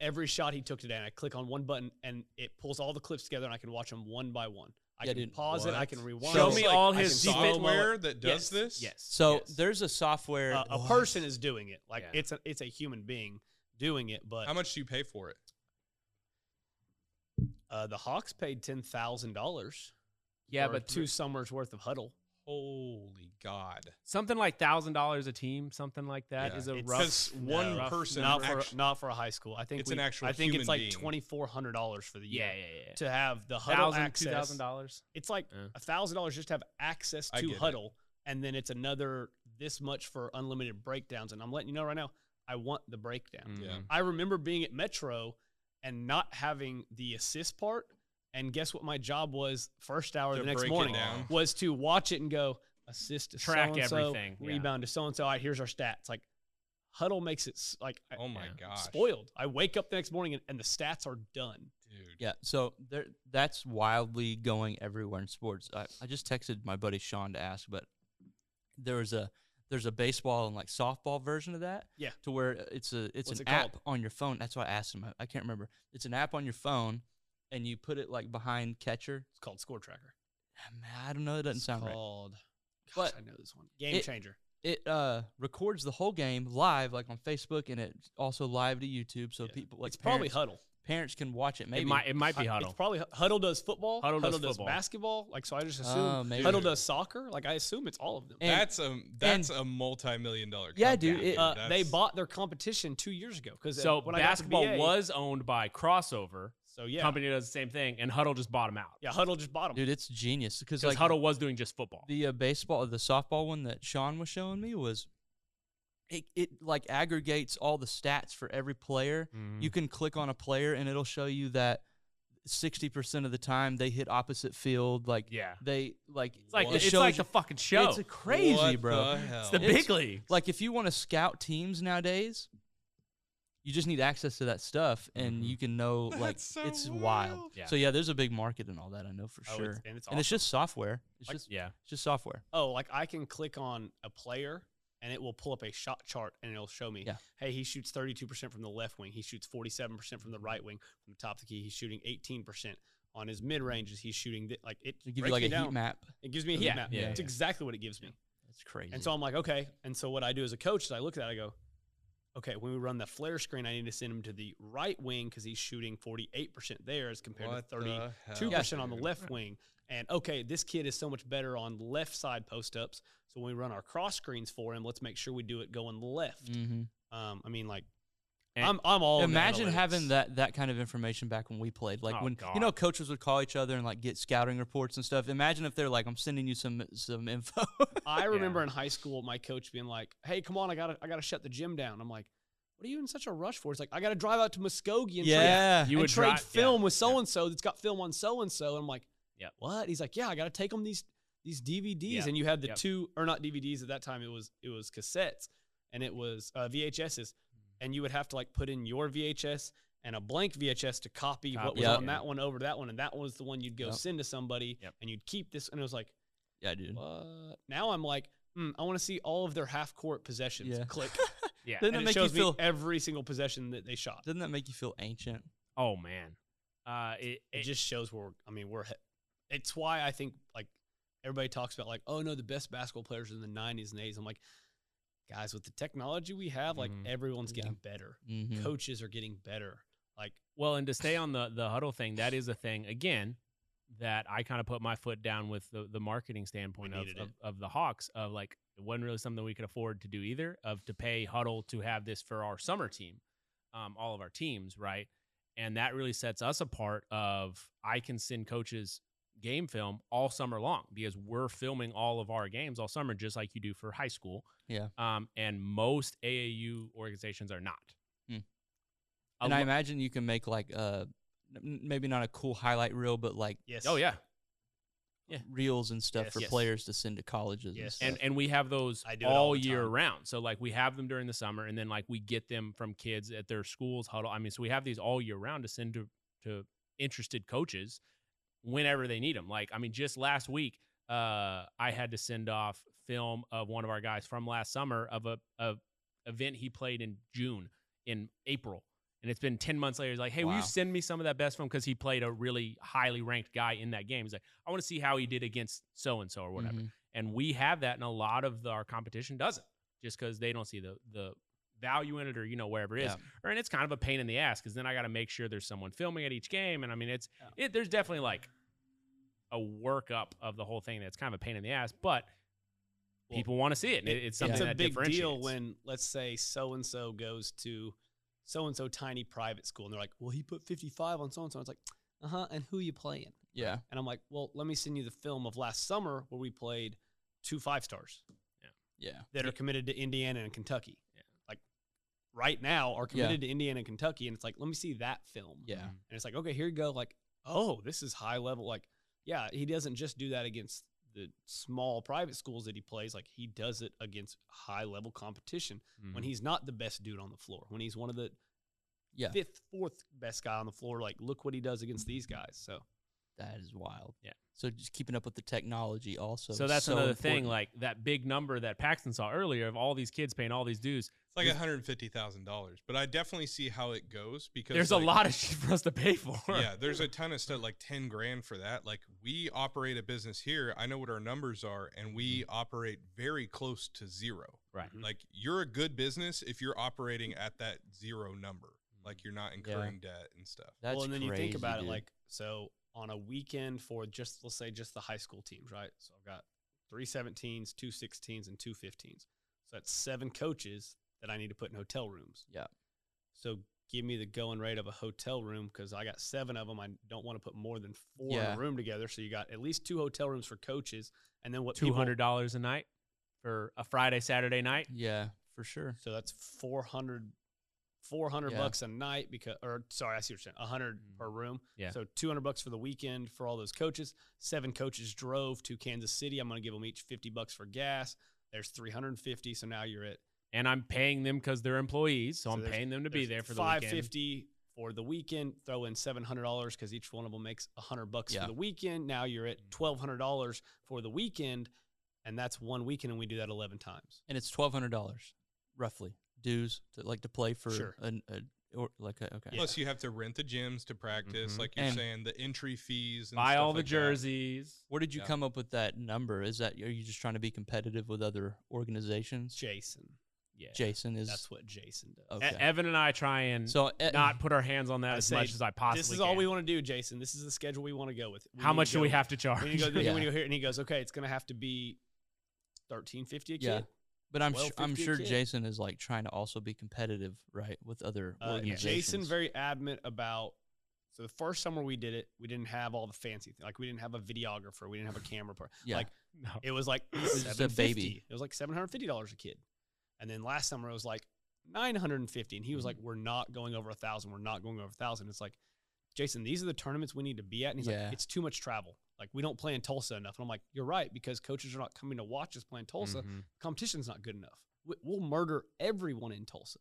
every shot he took today. And I click on one button and it pulls all the clips together and I can watch them one by one. I
Yeah,
can
dude.
pause it. I
What?
can
Show
rewind.
Show
it,
me
like,
all
I can
his
slow-mo it.
software that does
Yes.
this.
Yes.
So
Yes.
there's a software.
Uh, a
What?
person is doing it. Like
Yeah.
it's a it's a human being doing it. But
How much do you pay for it?
uh, the Hawks paid ten thousand dollars.
yeah,
for
but
two summers worth of huddle.
Holy God!
something like thousand dollars a team, something like that
Yeah.
is
It's
a rough.
Because one
rough-
person,
not for
act-
not for a high school. I think
It's
we-
an actual
I think
human
it's like
being.
twenty four hundred dollars for the year.
yeah, yeah, yeah.
to have the huddle
Thousand, two
access.
thousand dollars.
It's like
Yeah.
a thousand dollars just to have access
I
to
get it.
huddle, and then it's another this much for unlimited breakdowns. And I'm letting you know right now, I want the breakdown.
Yeah.
I remember being at Metro and not having the assist part. And guess what? My job was first hour
To
the next
break it
morning
down.
was to watch it and go assist to
Track
so-and-so,
everything, yeah.
rebound to so and so. All right, here's our stats. Like huddle makes it s- like I-
oh my
Yeah.
gosh,
spoiled. I wake up the next morning and, and the stats are done.
dude.
Yeah, so there, that's wildly going everywhere in sports. I, I just texted my buddy Sean to ask, but there was a there's a baseball and like softball version of that.
Yeah.
to where it's a it's
What's
an
it called?
app on your phone. That's why I asked him. I, I can't remember. It's an app on your phone, and you put it like behind catcher.
It's called Score Tracker.
I don't know. It doesn't
It's
sound right.
called. Gosh,
But
I know this one. Game
it-
changer.
it uh records the whole game live, like on Facebook, and it's also live to YouTube. So
Yeah.
people like
it's probably
parents-
huddle.
parents can watch it. Maybe
It might it might be
I-
huddle.
It's probably Huddle does football.
Huddle
Huddle,
does
does,
football.
basketball. Like so, I just assume
Oh, maybe.
Huddle does soccer. Like I assume it's all of them.
And-
that's a that's a multi-million dollar.
Yeah,
company,
dude, it-
uh, they
That's-
bought their competition two years ago because
so
when
basketball
I got to BA,
was owned by Crossover.
so yeah
Company does the same thing, and Huddle just bought them out
yeah Huddle just bought
[laughs]
them.
dude, it's genius because
because
like
Huddle was doing just football.
the uh, baseball, the softball one that Sean was showing me was it it like aggregates all the stats for every player.
Mm.
You can click on a player and it'll show you that sixty percent of the time they hit opposite field. Like
yeah,
they like
it's like
it
it's
shows
like
you-
the fucking show.
It's crazy,
What
bro.
The hell?
It's the
It's-
big league.
like if you want to scout teams nowadays you just need access to that stuff and
Mm-hmm.
Mhm.
you can
[laughs]
know
That's
like
so
it's
wild.
wild
Yeah.
so yeah there's a big market in all that i know for
Oh,
sure
it's, and it's awesome.
and it's just software it's
Like-
just
Yeah,
it's just software
oh, like I can click on a player and it will pull up a shot chart and it'll show me,
Yeah.
hey, he shoots 32% from the left wing. He shoots 47% from the right wing. From the top of the key, he's shooting 18%. On his mid ranges, he's shooting thi- like it.
to give
breaks
you like
it
a
down.
heat map
It gives me a heat
Yeah,
map.
yeah,
it's
yeah.
exactly what it gives me.
that's crazy
And so I'm like, okay. And so what I do as a coach is I look at that, I go, okay, when we run the flare screen, I need to send him to the right wing because he's shooting 48% there as compared
What
to 30
the hell,
two percent on the
dude?
left wing. And okay, this kid is so much better on left side post ups. So when we run our cross screens for him, let's make sure we do it going left.
Mhm.
Um, I mean, like,
And
I'm I'm all in the
imagine
analytics.
having that that kind of information back when we played like
Oh,
when
God.
you know coaches would call each other and like get scouting reports and stuff imagine if they're like i'm sending you some some info
[laughs] I remember in high school my coach being like, "Hey, come on, I gotta I gotta shut the gym down." I'm like, "What are you in such a rush for?" It's like I gotta drive out to Muskogee and trade
yeah
You
and
would
trade
drive- yeah,
film with
yeah.
so and so that's got film on so and so. I'm like,
Yeah.
what? He's like, yeah, I got to take them these these DVDs,
Yeah,
and you had the
yep.
two or not DVDs at that time. It was it was cassettes, and it was uh, VHSs,
Mm-hmm.
and you would have to like put in your VHS and a blank VHS to copy, what
Copy,
was
yeah.
on that one over to that one, and that one was the one you'd go
Yep.
send to somebody,
Yep.
and you'd keep this. And it was like,
yeah dude
what? Now I'm like. "Hmm, I want to see all of their half court possessions.
Yeah.
[laughs]
Click.
yeah.
Then- Doesn't
and
that
it
make you
shows me
feel-
every single possession that they shot.
doesn't that make you feel ancient
oh man, uh, it,
it
it-
just shows where we're, I mean we're. he- It's why I think like everybody talks about like oh no the best basketball players are in the '90s and '80s. I'm like, guys, with the technology we have, like
Mhm.
everyone's
Yeah.
getting better.
Mhm.
Coaches are getting better. Like
Well, and to
[laughs]
stay on the the huddle thing, that is a thing again that I kind of put my foot down with the the marketing standpoint of,
needed
of
it.
of the Hawks of like it wasn't really something we could afford to do either of to pay huddle to have this for our summer team, um, all of our teams, right? And that really sets us apart. Of I can send coaches game film all summer long because we're filming all of our games all summer, just like you do for high school.
Yeah.
Um, and most AAU organizations are not.
Hmm.
A
and I
lo-
imagine you can make like uh n- maybe not a cool highlight reel, but like
yes,
oh yeah, Yeah.
reels and stuff
Yes.
for
Yes.
players to send to colleges.
Yes.
And,
and
stuff.
and we have those
I do it
all,
all the
year
time.
round. So like we have them during the summer, and then like we get them from kids at their schools huddle. I mean, so we have these all year round to send to to interested coaches whenever they need them. Like I mean, just last week, uh, I had to send off film of one of our guys from last summer of a, a event he played in June in April. And it's been 10 months later. He's like, hey, will
Wow.
you send me some of that best film? Because he played a really highly ranked guy in that game. He's like, I want to see how he did against so and so or whatever
Mhm.
and we have that and a lot of the, our competition doesn't just because they don't see the the value in it or you know wherever it is
Yeah.
or and it's kind of a pain in the ass because then i got to make sure there's someone filming at each game and i mean it's it, there's definitely like a workup of the whole thing that's kind of a pain in the ass but
Well,
people want to see it and it, it's something
it's a
that
big deal
differentiates.
when let's say so and so goes to so and so tiny private school and they're like, well he put 55 on so and so. It's like, uh huh. And who you playing?
Yeah.
And I'm like, well, let me send you the film of last summer where we played two five stars.
Yeah.
that are committed to Indiana and Kentucky. Like right now are
Yeah.
committed to Indiana and Kentucky. And it's like, let me see that film.
Yeah.
And it's like, okay, here you go. Like, oh, this is high level. Like, yeah, he doesn't just do that against the small private schools that he plays. Like he does it against high level competition
Mm-hmm.
when he's not the best dude on the floor, when he's one of the
Yeah.
fifth, fourth best guy on the floor. Like, look what he does against these guys. So
That is wild.
Yeah.
So just keeping up with the technology also.
so,
is
that's
so
another
important.
thing like that big number that paxton saw earlier of all these kids paying all these dues
It's like one hundred fifty thousand dollars, but I definitely see how it goes because
there's a
like,
lot of shit for us to pay for [laughs]
yeah, there's a ton of stuff like ten grand for that. Like we operate a business here. I know what our numbers are, and we operate very close to zero.
right
Like you're a good business if you're operating at that zero number.
Mm-hmm.
like you're not incurring debt and stuff.
That's
well, and then you think
crazy,
about
dude.
it like so on a weekend for just let's say just the high school teams, right? So I've got three 17s, two 16s, and two 15s. So that's seven coaches that I need to put in hotel rooms.
Yeah.
So give me the going rate of a hotel room because I got seven of them. I don't want to put more than four in
Yeah.
a room together. So you got at least two hotel rooms for coaches, and then what
Two
people-
hundred dollars a night for a Friday Saturday night.
yeah, for sure.
So that's 400, 400
Yeah.
bucks a night because, or sorry, I see what you're saying, 100 per room.
Mm. Yeah.
So 200 bucks for the weekend for all those coaches. Seven coaches drove to Kansas City. I'm going to give them each 50 bucks for gas. There's 350. So now you're at
And I'm paying them because they're employees, so,
So
I'm
there's-
paying them to be
there's
there for the weekend.
550 for the weekend. Throw in $700 because each one of them makes 100 bucks
Yeah.
for the weekend. Now you're at
Mm.
$1,200 for the weekend. And that's one weekend, and we do that 11 times.
And it's twelve hundred dollars roughly dues to like to play for
Sure.
an a, or like a, okay.
Plus, you have to rent the gyms to practice,
Mhm.
like you're
And-
saying, the entry fees. And
Mm-hmm. Buy
stuff
all the
like that.
jerseys.
Where did you
Yeah.
come up with that number? Is that are you just trying to be competitive with other organizations?
Jason.
Yeah.
Jason is
That's what Jason does.
Okay.
E- Evan and I try and
so eh,
not put our hands on that
uh, I
as
say,
much as I possibly.
this is all
can.
we want to do, Jason. This is the schedule we want to go with.
How
need
much
to
do
go-
we have to charge?
[laughs] We need
[laughs]
to go,
Yeah.
we need to go here, and he goes, "Okay, it's going to have to be thirteen fifty a kid."
Yeah. But I'm sh- I'm
12.50 a
sure
kid.
Jason is like trying to also be competitive, right, with other
Uh,
organizations.
Jason very adamant about. So the first summer we did it, we didn't have all the fancy thing. Like we didn't have a videographer, we didn't have a camera. Per-
Yeah.
Like
No.
it was like
was just a
$750.
baby.
It was like seven hundred fifty dollars a kid, and then last summer it was like nine hundred and fifty, and he was
Mm-hmm.
like, "We're not going over a thousand. We're not going over a thousand. It's like, Jason, these are the tournaments we need to be at, and he's
Yeah.
like, "It's too much travel. Like we don't play in Tulsa enough." And I'm like, "You're right because coaches are not coming to watch us play in Tulsa.
Mm-hmm.
Competition's not good enough. We- We'll murder everyone in Tulsa."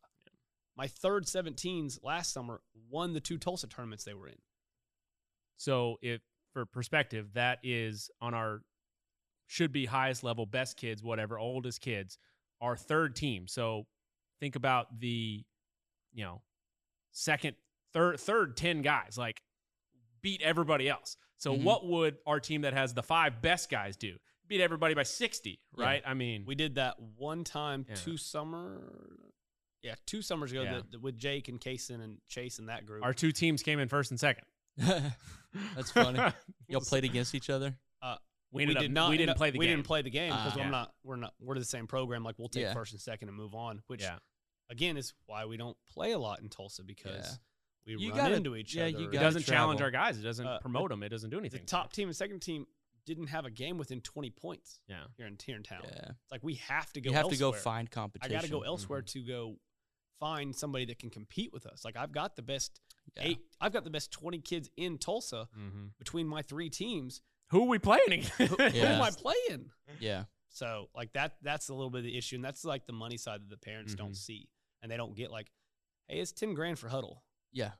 My third 17s last summer won the two Tulsa tournaments they were in.
So if for perspective, that is on our should be highest level, best kids, whatever, oldest kids, our third team. So think about the, you know, second, third, third ten guys, like beat everybody else. So
Mm-hmm.
Mhm.
what would our team that has the five best guys do? Beat everybody by sixty,
Yeah.
right? I mean,
We did that one time
Mm-hmm. Yeah.
two summer, yeah, two summers ago
Yeah.
that- that with Jake and Kaysen and Chase and that group.
our two teams came in first and second.
That's
[laughs]
funny. [laughs] Y'all played against each other.
We, ended up, not. We
end
didn't
up-
play the
we
game.
didn't play the game because
Ah.
I'm
Yeah.
not. We're not. We're the same program. Like we'll take
Yeah.
first and second and move on. Which
yeah.
again is why we don't play a lot in Tulsa because we
You
run
gotta-
into each
yeah,
other.
you
and
It
gotta
doesn't challenge
travel.
our guys. It doesn't
Uh,
promote them. It doesn't do
the
anything.
top team and second team didn't have a game within 20 points
Yeah.
here in here in town.
Yeah.
It's like we have to go.
You have to go
elsewhere.
find
I
competition.
got to go elsewhere
Mm-hmm.
to go find somebody that can compete with us. Like I've got the best
Yeah.
eight. I've got the best 20 kids in Tulsa
Mm-hmm.
between my three teams.
Who are we playing? [laughs]
Who am
Yeah.
I playing?
Yeah.
So like that that's a little bit of the issue. And that's like the money side that the parents
Mhm.
Mm-hmm.
don't see. And they don't get like, hey, it's ten grand for huddle.
Yeah.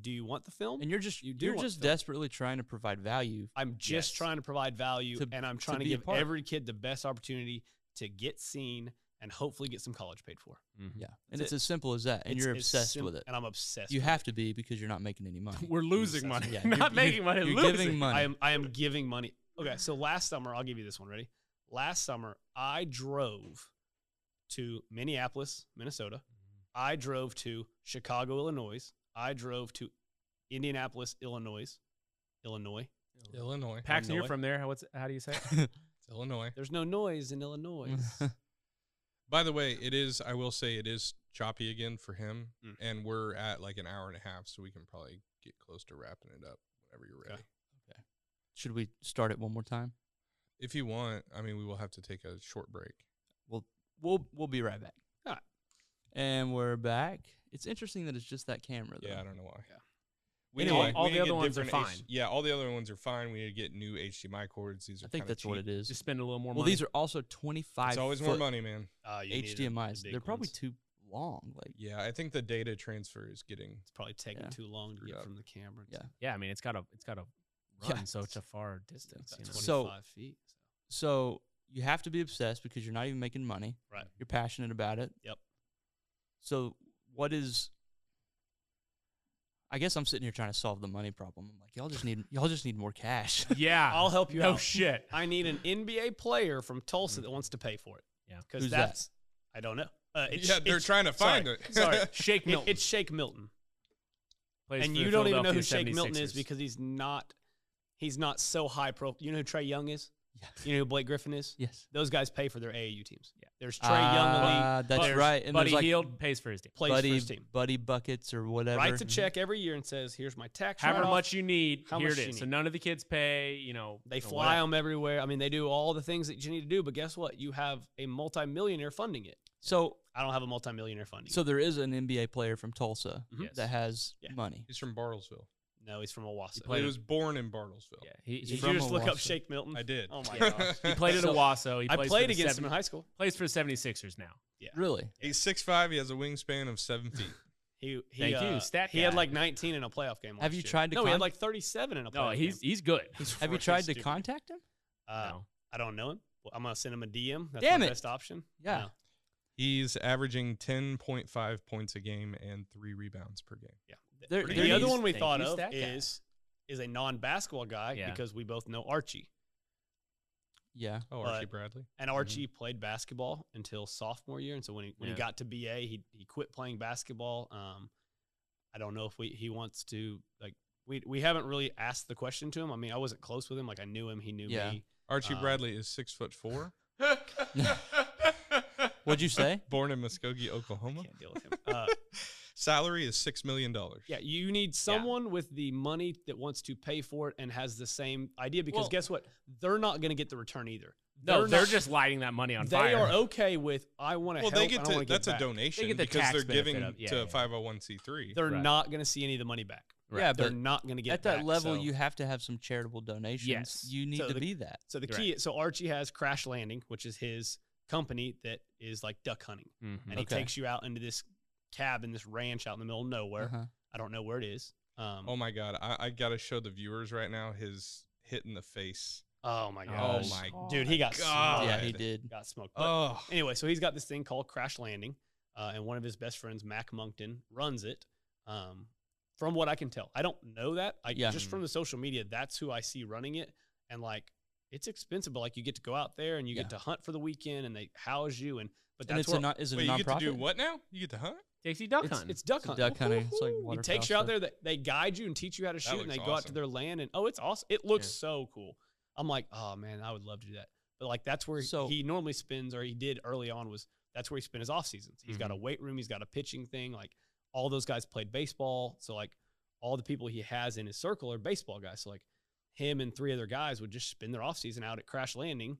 Do you want the film?
And you're just
You
you
do
you're
want
just
to-
desperately trying to provide value.
I'm just
Yes.
trying to provide value
To-
and I'm
to
trying to,
be a
give
part.
every kid the best opportunity to get seen and hopefully get some college paid for.
Mm-hmm.
Yeah.
That's
And it's
it.
as simple as that. And
It's-
you're
it's
obsessed
sim-
with it.
And I'm obsessed.
You
with
have to be because you're not making any money.
[laughs]
Mm-hmm.
We're losing money,
[laughs] Yeah, you're-
not
you're-
making money.
You're
losing.
giving
it. I
money.
am I am giving money. Okay, so last summer, I'll give you this one. Ready? Last summer, I drove to Minneapolis, Minnesota. I drove to Chicago, Illinois. I drove to Indianapolis, Illinois. Illinois.
Illinois.
Paxton, you're
Illinois.
from there. How, what's how do you say? it?
It's Illinois.
There's no noise
[laughs]
in Illinois.
By the way, it is. I will say it is choppy again for him,
Mm.
and we're at like an hour and a half, so we can probably get close to wrapping it up whenever you're
Okay.
ready.
Should we start it one more time?
If you want, I mean, we will have to take a short break.
We'll we'll be right back.
Alright.
And we're back. It's interesting that it's just that camera though.
Yeah, I don't know why.
Yeah.
We
Anyway,
need-
all
we
the
need to
other
get
ones are
different H-
fine.
yeah, all the other ones are fine. We need to get new HDMI cords. These are.
I think
kinda
that's what
cheap.
it is.
Just spend a little more
well,
money.
these are also 25
It's always
foot
more money, man.
Uh, you need the- the
HDMIs.
big
They're probably
ones.
too long. Like
Yeah, I think the data transfer is getting.
It's probably taking
Yeah.
too long to get
Yeah.
from the camera. to
Yeah.
yeah, I mean it's got a it's got a
Yeah.
run, so it's a far distance. You know?
So-
25 feet.
so you have to be obsessed because you're not even making money.
Right.
You're passionate about it.
Yep.
So what is I guess I'm sitting here trying to solve the money problem. I'm like, y'all just need y'all just need more cash. [laughs]
[laughs]
yeah,
I'll help you
no
out.
shit.
I need an NBA player from Tulsa that wants to pay for it.
Yeah.
because
Who's that?
that's I don't know. Uh, it's,
yeah, they're
it's-
trying to find
sorry,
[laughs]
[laughs]
it.
sorry.
Shake
It-
Milton.
it's Shake Milton,
plays
and
for
you
the
don't even know who
Philadelphia
Shake Milton is
76ers.
because he's not he's not so high profile. You know who Trey Young is.
Yeah.
You know who Blake Griffin is.
Yes.
Those guys pay for their AAU teams.
Yeah.
There's Trey Young elite
Ah, That's
Butters,
right. And
Buddy
there's like
Healed pays for his team.
plays
buddy,
for his team.
buddy buckets or whatever. Mm-hmm.
Writes a
Mm-hmm.
check every year and says, "Here's my tax."
However
write-off.
much you need,
How
here
much
it
you
is. So
need.
none of the kids pay. You know
They
you know,
fly them everywhere. I mean, they do all the things that you need to do. But guess what? You have a multimillionaire funding it.
So
I don't have a multimillionaire funding.
so there is an NBA player from Tulsa
Mhm.
Yes.
that has
Yeah.
money.
[laughs] He's from Bartlesville.
it. no, he's from Owasso.
He played
he
it-
was born in
it.
Bartlesville.
Yeah, he,
He's
Did
he,
from
you just look up
Owasso.
Shake Milton?
I did. [laughs]
Oh my
Yeah.
gosh.
he played
[laughs]
at
So-
Owasso. He
I
plays for
played
the
against
70
him in high school.
Plays for 76ers now.
Really?
He's six five. He has a wingspan of seven feet.
He, he
Thank you,
uh,
stat
He had
guy.
like 19 in a playoff game.
Have
last
you
year.
tried to
No, he had
con-
like 37 in a playoff
No, he's
game.
he's good.
He's
Have you
freaking
tried to
stupid.
contact him?
Uh,
[laughs]
[laughs]
No.
I don't know him. Well, I'm gonna send him a DM. That's
Damn
my
it.
best option.
Yeah.
No.
He's averaging ten point five points a game and three rebounds per game.
There,
Pretty
there
the
Thank
other
you,
needs-
one we
thank
thought
you,
of
stat guy.
is is a non-basketball guy
Yeah.
because we both know Archie.
Yeah.
Oh,
But-
Archie Bradley.
And Archie played basketball until sophomore year, and so when he when
Yeah.
he got to BA, he he quit playing basketball. Um, I don't know if we he wants to like we we haven't really asked the question to him. I mean, I wasn't close with him. Like I knew him, he knew
Yeah.
me.
Archie
Um,
Bradley is six foot four.
What'd you say?
Born in Muskogee, Oklahoma.
Can't deal with him. Uh,
Salary is six million dollars.
yeah, you need someone with the money that wants to pay for it and has the same idea. Because
Well-
guess what? They're not going to get the return either.
No, they're
not-
just lighting that money on
they
fire.
are okay with I want to
Well,
help.
they
I
get
don't
to
wanna give
that's a
back."
donation
They get the
because
tax
they're
benefit
giving
of- yeah, yeah,
to
yeah.
five hundred one c three.
They're
Right.
not going to see any of the money back.
Right.
Yeah,
They're
but
not going to get
at
back,
that level,
so-
you have to have some charitable donations.
Yes.
You need
So
to
the-
be that.
So the key, so Archie has Crash Landing, which is his company that is like duck hunting,
Mhm.
and
Okay.
he takes you out into this cabin, this ranch out in the middle of nowhere.
Uh-huh.
I don't know where it is. Um,
Oh my god, I, I gotta show the viewers right now his hit in the face.
oh my
Oh
gosh,
my
dude, he got
God.
Yeah,
smoked.
he
God.
did.
got smoked. But
Oh,
[sighs]
anyway, so he's got this thing called Crash Landing, uh, and one of his best friends, Mac Moncton, runs it. Um, from what I can tell, I don't know that. I
Yeah.
just from the social media, that's who I see running it, and like it's expensive, but like you get to go out there and you
Yeah.
get to hunt for the weekend, and they house you, and but that's
And it's
where
a non, is it
wait,
a
you get to
nonprofit?
do what now? You get to hunt?
Takes you duck
it's,
hunting.
it's duck
It's
hunting.
duck hunting. It's like
Woohoo! It
waterfowl
takes you out
stuff.
there. That they guide you and teach you how to shoot, and
looks
they go out to
awesome.
their land, and oh, it's awesome. It looks so cool. I'm like, oh man, I would love to do that. But like that's where
So-
he normally spends, or he did early on was that's where he spent his off seasons. He's
Mm-hmm.
got a weight room. He's got a pitching thing. Like all those guys played baseball, so like all the people he has in his circle are baseball guys. So like him and three other guys would just spend their off season out at Crash Landing.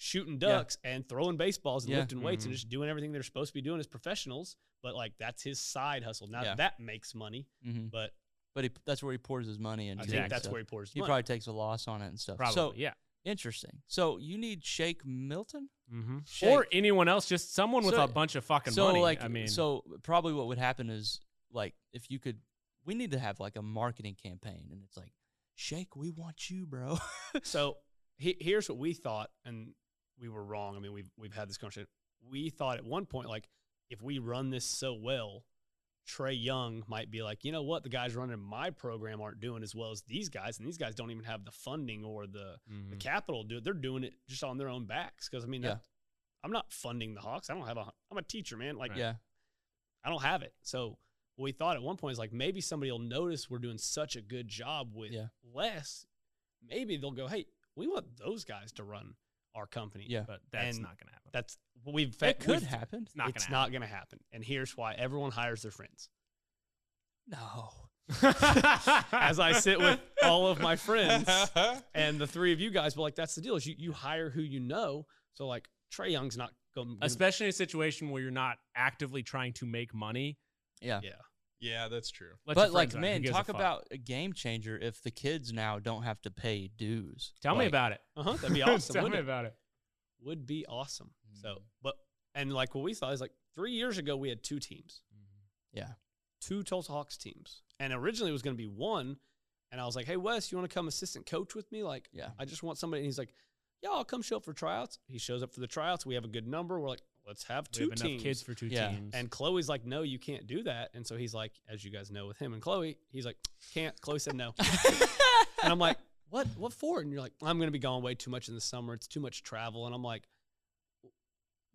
Shooting
Yeah.
ducks and throwing baseballs and
Yeah.
lifting weights and
Mhm.
just doing everything they're supposed to be doing as professionals but like that's his side hustle. Now
Yeah.
that makes money,
Mhm.
but
But he, that's where he pours his money into.
I
it,
think that's
so
where he pours his
he
money.
probably takes a loss on it and stuff.
Probably,
So
yeah.
interesting. So you need Shake Milton.
Mhm.
Shake.
Or anyone else, just someone with
So-
a bunch of fucking
so
money.
like
I mean,
so probably what would happen is like if you could we need to have like a marketing campaign and it's like shake we want you bro
[laughs] so he, here's what we thought, and we were wrong. I mean, we've we've had this conversation. We thought at one point, like, if we run this so well, Trey Young might be like, you know what, the guys running my program aren't doing as well as these guys, and these guys don't even have the funding or the the
mhm.
capital to do it. They're doing it just on their own backs. Because I mean,
Mm-hmm. Yeah.
that- I'm not funding the Hawks. I don't have a. I'm a teacher, man. Like,
yeah
I don't have it. So what we thought at one point is like maybe somebody will notice we're doing such a good job with
Yeah.
less. Maybe they'll go, hey, we want those guys to run our company.
yeah
but that's
and
not gonna happen.
That's what we've
that could
we've-
happen
It's not
it's
gonna
not going to happen. And here's why everyone hires their friends.
no
[laughs] happen.
[laughs] As I sit with all of my [laughs] friends [laughs] and the three of you guys, but like that's the deal is you, you hire who you know. So like Trey Young's not going to
especially in a situation where you're not actively trying to make money.
yeah,
Yeah.
[laughs] yeah, that's true.
Let your
but
friends
like
run it. Who
man
gives a
talk
fuck?
about a game changer if the kids now don't have to pay dues
Tell me
Like,
about it.
Uh-huh,
[laughs]
that'd be awesome.
Tell
wouldn't
me
it?
about it.
would be awesome. So,
Mm-hmm.
Mm.
but and like what we thought is like three years ago we had two teams,
Mm-hmm.
yeah
two Tulsa Hawks teams, and originally it was going to be one. And I was like, "Hey Wes, you want to come assistant coach with me? Like,
[laughs]
Yeah.
I just want somebody." And he's like, "Yeah, I'll come show up for tryouts." He shows up for the tryouts. We have a good number. We're like, "Let's have
we
two
have enough
teams."
kids for two
Yeah.
teams.
and Chloe's like, "No, you can't do that." And so he's like, as you guys know, with him and Chloe, he's like, "Can't." Chloe said no.
[laughs]
And I'm like, what? What for? And you're like, I'm going to be gone way too much in the summer. It's too much travel. And I'm like,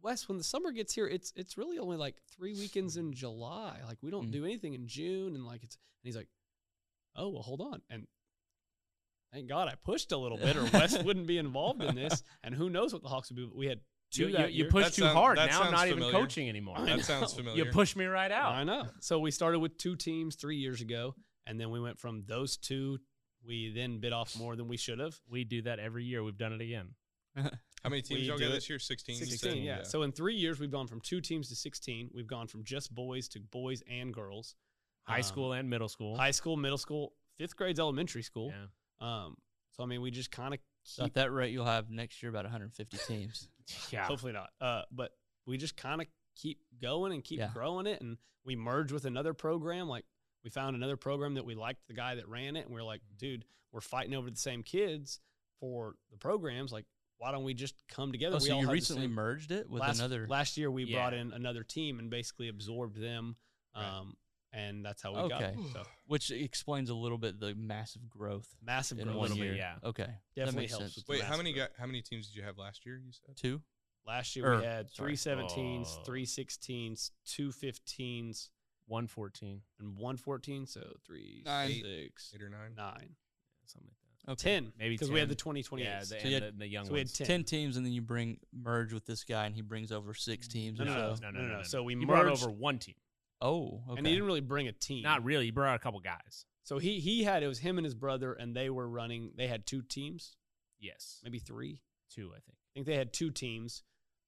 Wes, when the summer gets here, it's it's really only like three weekends in July. Like we don't
Mm.
do anything in June, and like it's and he's like, oh well, hold on, and thank God I pushed a little bit, or
[laughs]
Wes wouldn't be involved in this, and who knows what the Hawks would be. We had two
You, you,
that
you
year.
push
That
too
sound-
hard.
that
Now I'm
sounds
not even
familiar.
coaching anymore.
I
That sounds
know.
familiar.
You push me right out.
I know. So we started with two teams three years ago, and then we went from those two. We then bit off more than we should have.
We do that every year. We've done it again.
How many
We
teams y'all
do
got
it.
this year? 16. you said?
16, yeah. So in three years, we've gone from two teams to 16. We've gone from just boys to boys and girls.
High
Um,
school and middle school.
high school, middle school, fifth grade's elementary school.
Yeah. [laughs]
Um, so I mean, we just kind of
So at that rate, you'll have next year about 150
[laughs]
teams.
yeah.
hopefully not. Uh, but we just kind of keep going and keep
Yeah.
growing it, and we merge with another program. Like we found another program that we liked the guy that ran it, and we are like,
Mm-hmm.
dude, we're fighting over the same kids for the programs. Like, why don't we just come together?
oh,
we
so
all
you
have the
recently
same-
merged it with
last,
another.
Last year, we brought
Yeah.
in another team and basically absorbed them,
Right.
um, and that's how we got it.
Okay.
So
which explains a little bit the massive growth
massive
in
growth.
one
little bit,
year.
yeah.
Okay. that
Definitely
makes
helps.
sense.
with the
Wait, how
massive
many
growth.
got? How many teams did you have last year? You said
Two.
Last year
Or-
we had
sorry.
three seventeens,
Er, Oh.
three sixteens, two fifteens,
114.
and one fourteen. So three,
Nine.
six,
eight or nine.
nine,
Something like
Okay.
ten,
Maybe
because we had
10.
the twenty
that.
twenty
Yeah,
eight.
the,
you
and
had-
the, the young
so we had
ones.
10.
Ten teams, and then you bring merge with this guy, and he brings over six teams.
Mm. No,
or
no, no,
so.
no, no, no. So we
You brought
merged,
over one team.
Oh, okay.
and he didn't really bring a team.
Not really. You brought a couple guys.
so he he had it was him and his brother, and they were running. They had two teams,
Yes.
maybe three.
Two, I think.
I think they had two teams,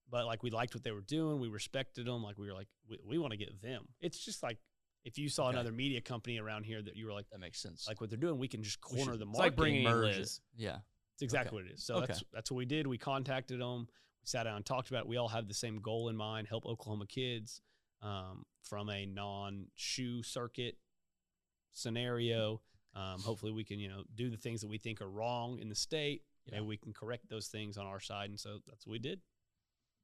but like we liked what they were doing. We respected them. Like we were like, we, we want to get them. It's just like if you saw
Okay.
another media company around here that you were like,
that makes sense.
like what they're doing, we can just
We should-
corner the
It's
market.
like bringing in
merge
Liz.
it. Yeah.
It's exactly what it is. So
Okay.
that's that's what we did. We contacted them. We sat down and talked about. It. We all have the same goal in mind: help Oklahoma kids um, from a non-shoe circuit scenario. Um, hopefully, we can you know do the things that we think are wrong in the state,
Yeah.
and we can correct those things on our side. And so that's what we did.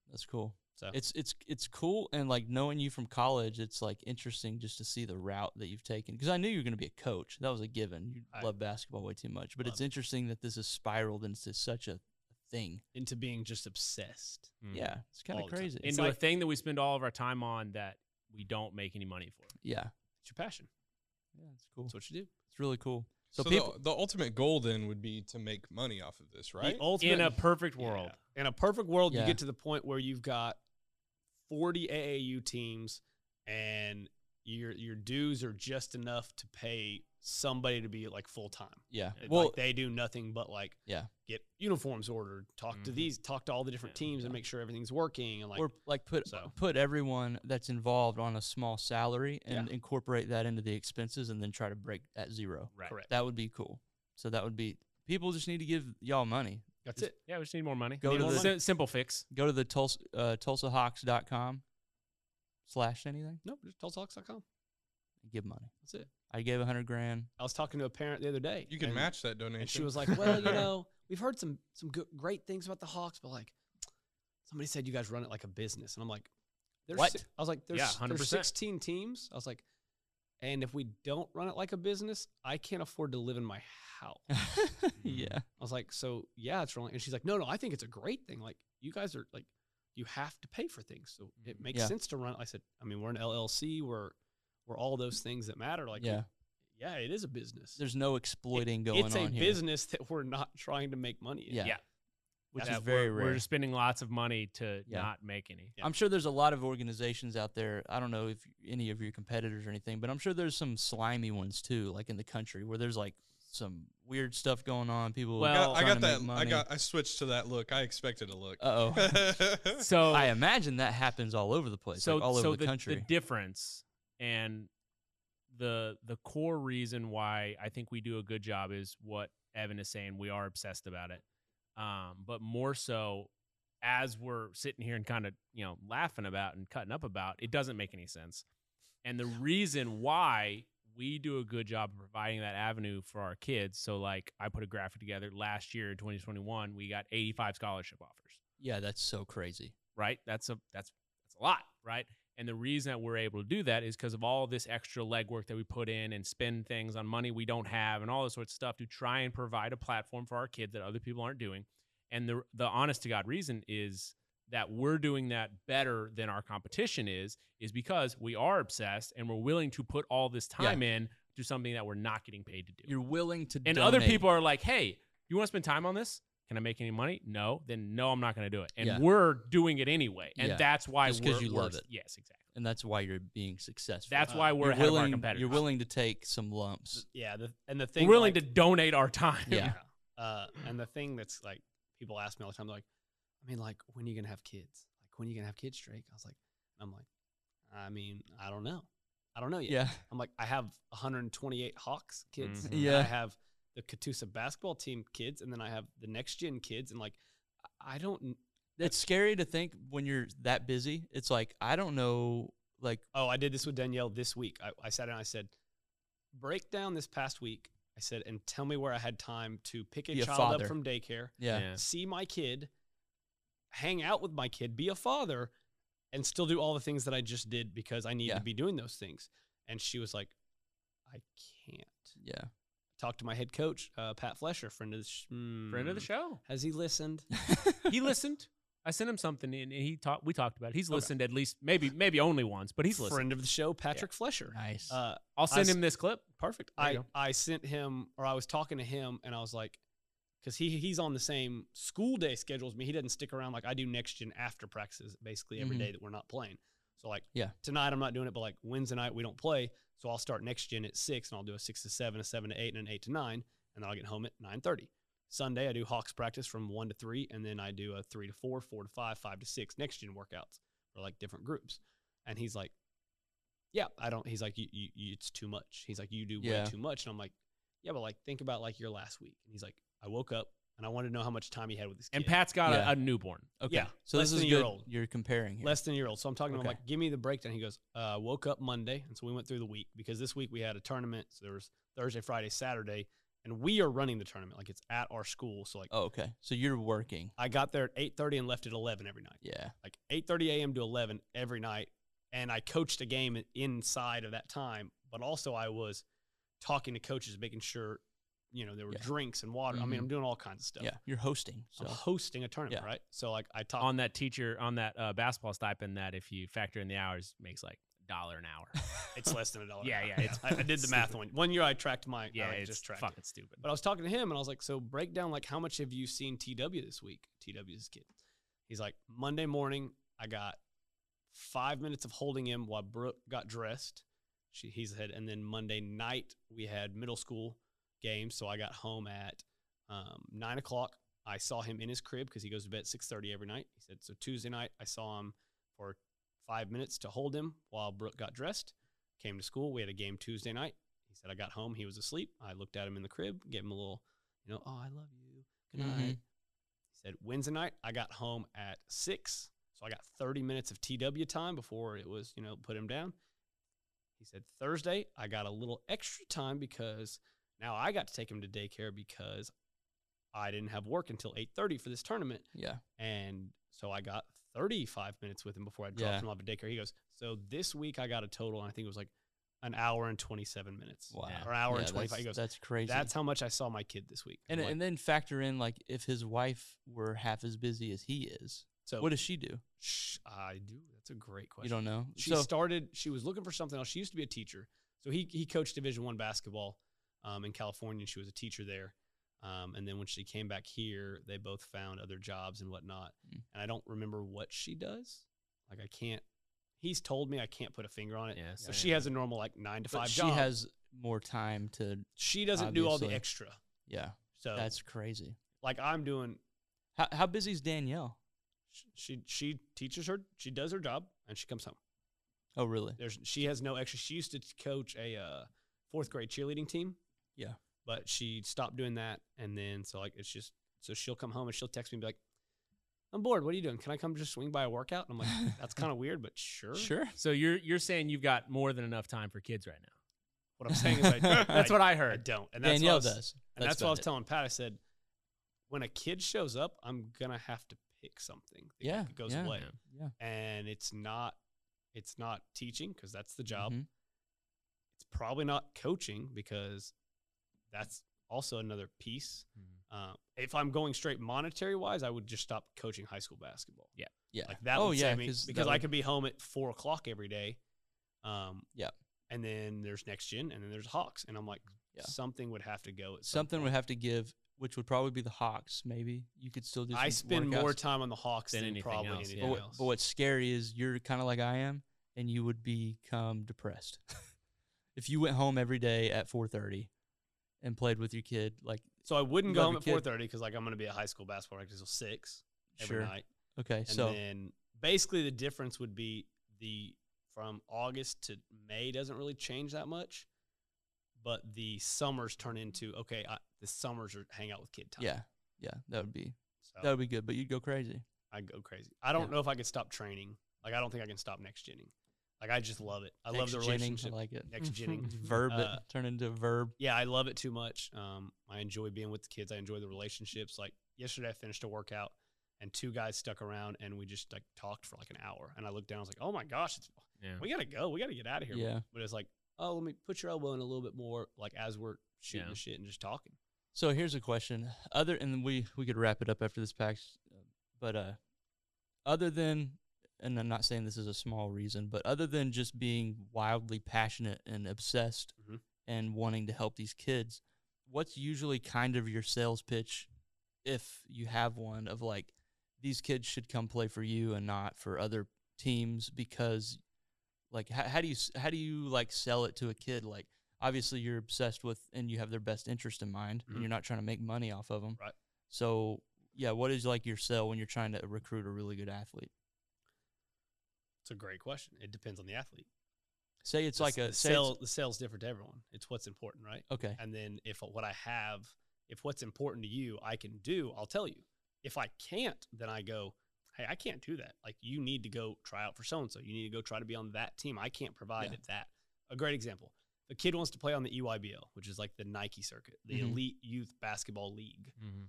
That's cool.
So
It's it's it's cool and like knowing you from college, it's like interesting just to see the route that you've taken because I knew you were going to be a coach. That was a given. You
I
love basketball way too much, but
love
it's interesting that this has spiraled into such a thing.
into being just obsessed.
Yeah, it's kind
Mm-hmm. All
of
the time.
crazy.
It's
Into a
like-
thing that we spend all of our time on that we don't make any money for.
yeah,
It's your passion.
yeah, it's cool.
That's what you do.
It's really cool. So,
So,
people,
the, the ultimate goal then would be to make money off of this, right?
The ultimate
In a perfect
Yeah.
world.
In a perfect world,
Yeah.
you get to the point where you've got 40 AAU teams and your your dues are just enough to pay somebody to be like full time.
yeah,
Well,
well,
like they do nothing but like
Yeah.
get uniforms ordered, talk to
Mhm.
these, talk to all the different
Yeah.
teams and make sure everything's working and like
or like put
so.
put everyone that's involved on a small salary and incorporate that into the expenses, and then try to break at zero.
Right.
correct.
That would be cool. So that would be people just need to give y'all money.
That's it.
Yeah, we just need more money.
Go
Need
to
more
the
money.
Sim- simple fix.
go to the Tulsa uh, TulsaHawks.com slash anything
Nope, just telltalks.com.
and give money.
That's it.
I gave a hundred grand. [laughs]
I was talking to a parent the other day.
you can
and-
match that donation.
And she was like, "Well, you
[laughs]
know, we've heard some some good, great things about the Hawks, but like somebody said you guys run it like a business." And I'm like, "There's
What?
si- I was like, "There's,
Yeah,
there's
100%.
16 teams." I was like, "And if we don't run it like a business, I can't afford to live in my
[laughs]
house." I
yeah.
was like, "So yeah, it's wrong." And she's like, "No, no, I think it's a great thing. Like you guys are like you have to pay for things, so it makes
Mm, Yeah.
sense to run." I said, "I mean, we're an LLC. We're we're all those things that matter. Like
yeah.
yeah, it is a business."
There's no exploiting going
it's
on
a
here.
business that we're not trying to make money in.
Yeah.
Yeah.
Which
That
is very
we're,
rare.
We're just spending lots of money to
Yeah.
not make any.
Yeah.
I'm sure there's a lot of organizations out there. I don't know if any of your competitors or anything, but I'm sure there's some slimy ones too, like in the country where there's like some weird stuff going on. People
I got,
Well-
I
trying
got
to make
that. I
money.
got. I switched to that look. I expected a look. [laughs]
Uh oh.
So
I imagine that happens all over the place,
so
like all over
so
the, country.
The difference and the the core reason why I think we do a good job is what Evan is saying. We are obsessed about it, um, but more so as we're sitting here and kind of you know laughing about and cutting up about it doesn't make any sense. And the reason why we do a good job of providing that avenue for our kids. So like I put a graphic together last year in 2021, we got 85 scholarship offers
yeah, that's so crazy.
right? That's a that's that's a lot, right? And the reason that we're able to do that is because of all this extra legwork that we put in and spend things on money we don't have and all this sort of stuff to try and provide a platform for our kids that other people aren't doing. And the the honest to God reason is that we're doing that better than our competition is is because we are obsessed and we're willing to put all this
Yeah.
time in to something that we're not getting paid to do.
You're willing to
and other
donate.
people are like, "Hey, you want to spend time on this? Can I make any money? No, then no, I'm not going to do it." And
Yeah.
we're doing it anyway, and
Yeah.
that's why
Just 'cause
we're,
you
we're-
love it.
Yes, exactly.
and that's why you're being successful.
That's
Uh,
why we're
you're
ahead of our
willing.
competitors.
you're willing to take some lumps.
yeah, the, and the
We're
thing
willing
like-
to donate our time. [laughs]
Yeah.
Uh, and the thing that's like people ask me all the time, they're like, I mean, like, when are you gonna have kids? Like, when are you gonna have kids, Drake? I was like, I'm like, I mean, I don't know. I don't know yet.
oh, Yeah, Mm-hmm.
I'm like, I have 128 Hawks kids.
Mhm.
and
Yeah.
I have the Catoosa basketball team kids, and then I have the next gen kids, and like, I- I don't.
it's scary to think when you're that busy. It's like I don't know. Like
Oh, I did this with Danielle this week. I, I sat down. I said, break down this past week. I said, and tell me where I had time to pick a
Be a
child
father.
up from daycare.
yeah,
see my kid, hang out with my kid, be a father, and still do all the things that I just did because I need
Yeah.
to be doing those things. And she was like, I can't.
yeah.
Talk to my head coach, uh, Pat Flesher, friend of the sh-
Friend of the
hmm,
show.
Has he listened?
he
[laughs]
listened. I sent him something, and he talked. We talked about it. He's
Okay.
listened at least maybe maybe only once, but he's listened.
friend of the show, Patrick Flesher.
nice.
Uh,
I'll
I
send
s-
him this clip.
perfect.
There you
I
go.
I sent him, or I was talking to him, and I was like, because he he's on the same school day schedule as me. He doesn't stick around like I do next gen after practices basically every
Mhm.
Mm-hmm.
day that we're not playing. So like
Yeah.
tonight I'm not doing it, but like Wednesday night we don't play. So I'll start next gen at six, and I'll do a six to seven, a seven to eight, and an eight to nine, and then I'll get home at nine thirty. Sunday I do Hawks practice from one to three, and then I do a three to four, four to five, five to six next gen workouts or like different groups. And he's like, yeah, I don't. He's like, you, you, you it's too much. He's like, you do
Yeah.
way too much. And I'm like, yeah, but like, think about like your last week. And he's like, I woke up and I wanted to know how much time he had with his kid.
And Pat's got
Yeah.
a, a newborn.
okay,
yeah,
so this
less than
is
a year
good.
old.
You're comparing here.
less than a year old. So I'm talking to him
Okay.
like, give me the breakdown. He goes, uh, woke up Monday, and so we went through the week because this week we had a tournament. So there was Thursday, Friday, Saturday, and we are running the tournament. Like it's at our school. So like,
oh, okay. So you're working.
I got there at 8:30 and left at 11 every night.
Yeah.
like 8:30 a.m. to 11 every night, and I coached a game i- inside of that time. But also, I was talking to coaches, making sure you know there were
Yeah.
drinks and water. I
Mhm.
Mm-hmm.
mean, I'm doing all kinds of stuff.
Yeah. You're hosting.
I'm
So
hosting a tournament,
Yeah.
right? So like I
Oh.
talked
on that teacher on that uh, basketball stipend that if you factor in the hours makes like a dollar
[laughs]
an hour.
It's less than a dollar. an
[laughs] Yeah,
hour.
yeah, it's
[laughs] I, I did the
[laughs]
math one. One year I tracked my.
yeah,
I like,
it's
just tracked. it.
fucking stupid.
But I was talking to him and I was like, so break down like how much have you seen TW this week? TW's his kid. He's like, Monday morning, I got five minutes of holding him while Brooke got dressed. She he's ahead. And then Monday night we had middle school games. So I got home at um, nine o'clock. I saw him in his crib because he goes to bed at six thirty every night. He said, so Tuesday night I saw him for five minutes to hold him while Brooke got dressed. Came to school. We had a game Tuesday night. He said, I got home. He was asleep. I looked at him in the crib, gave him a little, you know, oh, I love you. Good
Mhm.
night. He said, Wednesday night, I got home at six. So I got 30 minutes of TW time before it was, you know, put him down. He said, Thursday, I got a little extra time because now I got to take him to daycare because I didn't have work until 8.30 for this tournament.
yeah.
And so I got 35 minutes with him before I dropped
Yeah.
him off at daycare. He goes, So this week I got a total, and I think it was like an hour and 27 minutes.
Wow.
Or an hour
Yeah,
and 25.
That's,
He goes,
that's crazy.
That's how much I saw my kid this week.
and
I'm like,
and then factor in like if his wife were half as busy as he is,
so
what does she do?
sh- I do. That's a great question.
You don't know.
She
so
started. She was looking for something else. She used to be a teacher, so he he coached Division One basketball um, in California. and She was a teacher there, um, and then when she came back here, they both found other jobs and whatnot.
Mm.
And I don't remember what she does. Like I can't. He's told me I can't put a finger on it.
Yeah,
so
same.
she has a normal like nine to
but
five
she
job.
has more time to.
She doesn't do all the
obviously.
extra.
Yeah.
So
That's crazy.
like I'm doing.
How how busy is Danielle?
She she teaches her. She does her job and she comes home.
Oh really?
there's she has no extra. She used to coach a uh, fourth grade cheerleading team.
Yeah.
but she stopped doing that, and then so like it's just so she'll come home and she'll text me and be like, "I'm bored. What are you doing? Can I come just swing by a workout?" And
[laughs]
I'm like, "That's kind of weird, but sure."
Sure.
so you're you're saying you've got more than enough time for kids right now.
What I'm saying
[laughs]
is, I, that's
That's what I
I
heard.
don't, and that's
Danielle
what I was,
does.
and that's, what I
about
was
it.
telling Pat. I said, when a kid shows up, I'm gonna have to pick something. that
Yeah,
goes
yeah.
away,
Yeah.
and it's not, it's not teaching because
Mm-hmm.
that's the job.
Mhm.
it's probably not coaching because that's also another piece.
Mhm.
Mm-hmm.
Uh, if I'm going straight monetary wise, I would just stop coaching high school basketball.
Yeah.
Like that
oh
would
yeah,
save me
that
because I
would-
could be home at four o'clock every day. Um,
Yeah.
And then there's next gen, and then there's Hawks, and I'm like,
Yeah.
something would have to go. At some
something would have to give, which would probably be the Hawks. Maybe you could still do.
point. I
some
spend more
workouts.
time on the Hawks
Than
than,
anything
probably
else,
anything
But,
yeah.
what,
else.
but what's scary is you're kind of like I am, and you would become depressed [laughs] if you went home every day at 4:30 and played with your kid. Like
so I wouldn't
you
go
gotta
home
be
at
kid-
four thirty because like I'm going to be at high school basketball practice till six every
sure,
night.
okay,
And
so
then basically the difference would be the from August to May doesn't really change that much, but the summers turn into okay. I, the summers are hang out with kid time.
yeah, yeah, that would be
so
that would be good, but you'd go crazy.
I go crazy. I don't
Yeah.
know if I could stop training. Like I don't think I can stop next genning. Like I just love it. I love the
Next genning,
relationship.
I like it.
next genning.
[laughs] Verb it,
Uh,
turn into a verb.
yeah, I love it too much. Um, I enjoy being with the kids. I enjoy the relationships. Like yesterday, I finished a workout, and two guys stuck around, and we just like talked for like an hour. And I looked down, I was like, "Oh my gosh, it's,
Yeah.
we gotta go. We gotta get out of here."
Yeah.
But it's like, "Oh, let me put your elbow in a little bit more." Like as we're shooting
Yeah.
the shit and just talking.
So here's a question. Other and we we could wrap it up after this pack, but uh, other than and I'm not saying this is a small reason, but other than just being wildly passionate and obsessed
Mhm.
and wanting to help these kids, what's usually kind of your sales pitch, if you have one, of like these kids should come play for you and not for other teams because, like, how, how do you s- how do you like sell it to a kid like? obviously you're obsessed with and you have their best interest in mind
Mhm.
and you're not trying to make money off of them
Right.
so yeah what is like your sell when you're trying to recruit a really good athlete
It's a great question. It depends on the athlete.
say it's
The-
like
the
a say it's-
sale. The sale's different to everyone. It's what's important, right?
okay
And then if what I have, if what's important to you, I can do, I'll tell you. If I can't, then I go, hey, I can't do that. Like you need to go try out for so and so. You need to go try to be on that team. I can't provide
Yeah.
at that. A great example. If a kid wants to play on the E EYBL, which is like the Nike circuit, the
Mhm.
elite youth basketball league.
Mm-hmm.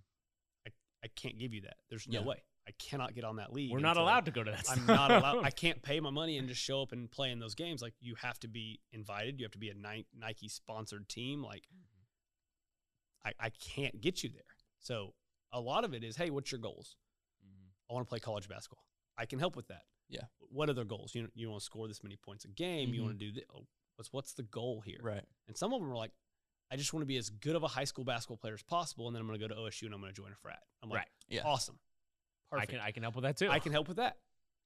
I can't give you that. There's no
Yeah.
way. I cannot get on that league.
We're not
until-
allowed to go to that.
I'm
stuff.
not
[laughs]
allowed. I can't pay my money and just show up and play in those games. Like you have to be invited. You have to be a Ni- Nike sponsored team. Like I, I can't get you there. So a lot of it is, hey, what's your goals?
Mm-hmm.
I want to play college basketball. I can help with that.
Yeah.
What other goals? You you want to score this many points a game? You want to
Mm-hmm.
do this? What's what's the goal here?
right
And some of them are like, I just want to be as good of a high school basketball player as possible, and then I'm going to go to OSU and I'm going to join a frat. I'm like,
Right.
Yeah.
awesome.
I
Perfect.
can I can help with that too.
I can help with that.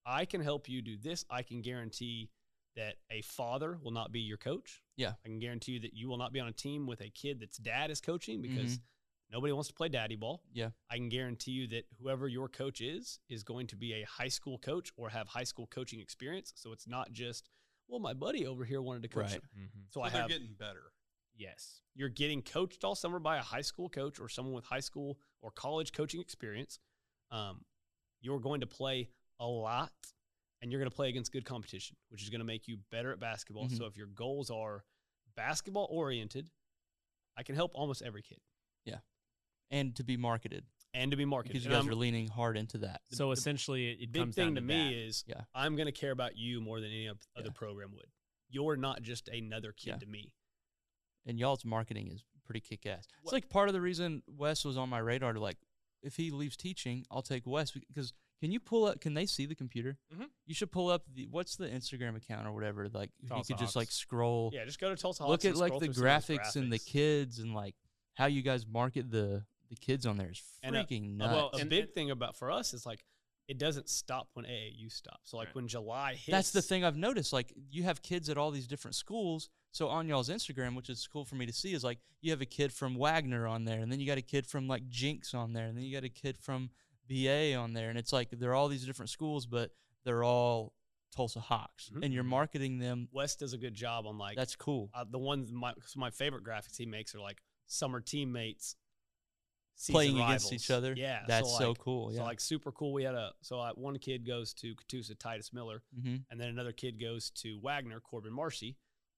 I can help you do this. I can guarantee that a father will not be your coach.
Yeah.
I can guarantee you that you will not be on a team with a kid that's dad is coaching because nobody wants to play daddy ball.
yeah
I can guarantee you that whoever your coach is is going to be a high school coach or have high school coaching experience. So it's not just, well, my buddy over here wanted to coach.
Right.
Mhm.
So
So
I
they're
have
getting better.
Yes.
you're getting coached all summer by a high school coach or someone with high school or college coaching experience. Um, you're going to play a lot and you're going to play against good competition, which is going to make you better at basketball.
Mhm.
So if your goals are basketball oriented, I can help almost every kid
and to be marketed
and to be marketed. Um,
because you
And
guys
I'm-
are leaning hard into that
The-
So
the
essentially, it, it
big
comes
thing
down
to,
to
me
that.
is
Yeah.
I'm going to care about you more than any oth- other
Yeah.
program would. You're not just another kid
Yeah.
to me.
and y'all's marketing is pretty kick-ass
What-
it's like part of the reason wes was on my radar to like if he leaves teaching i'll take wes because can you pull up can they see the computer
Mm-hmm.
Mhm.
you should pull up the what's the instagram account or whatever like if you
Tulsa
could just like
Hawks.
scroll
Yeah, just go to Tulsa. Hawks
look
and
at like
scroll
the
through some of
graphics,
those
and the
graphics.
kids and like how you guys market the the kids on there is
And, uh,
freaking
Uh,
nuts.
Well, a
And-
big
and-
thing about for us is like it doesn't stop when AAU stops. So like
Right.
when July hits,
That's the thing I've noticed. Like you have kids at all these different schools. So on y'all's Instagram, which is cool for me to see, is like you have a kid from Wagner on there, and then you got a kid from like Jinx on there, and then you got a kid from BA on there, and it's like they're all these different schools, but they're all Tulsa Hawks,
Mhm.
and you're marketing them.
West does a good job on like
That's cool.
uh, the ones my so my favorite graphics he makes are like summer teammates season
Playing against
rivals.
each other.
Yeah,
that's so,
like-
cool. Yeah.
So like super cool. We had a so I, one kid goes to Catoosa Titus Miller,
hmm
and then another kid goes to Wagner Corbin Marcy,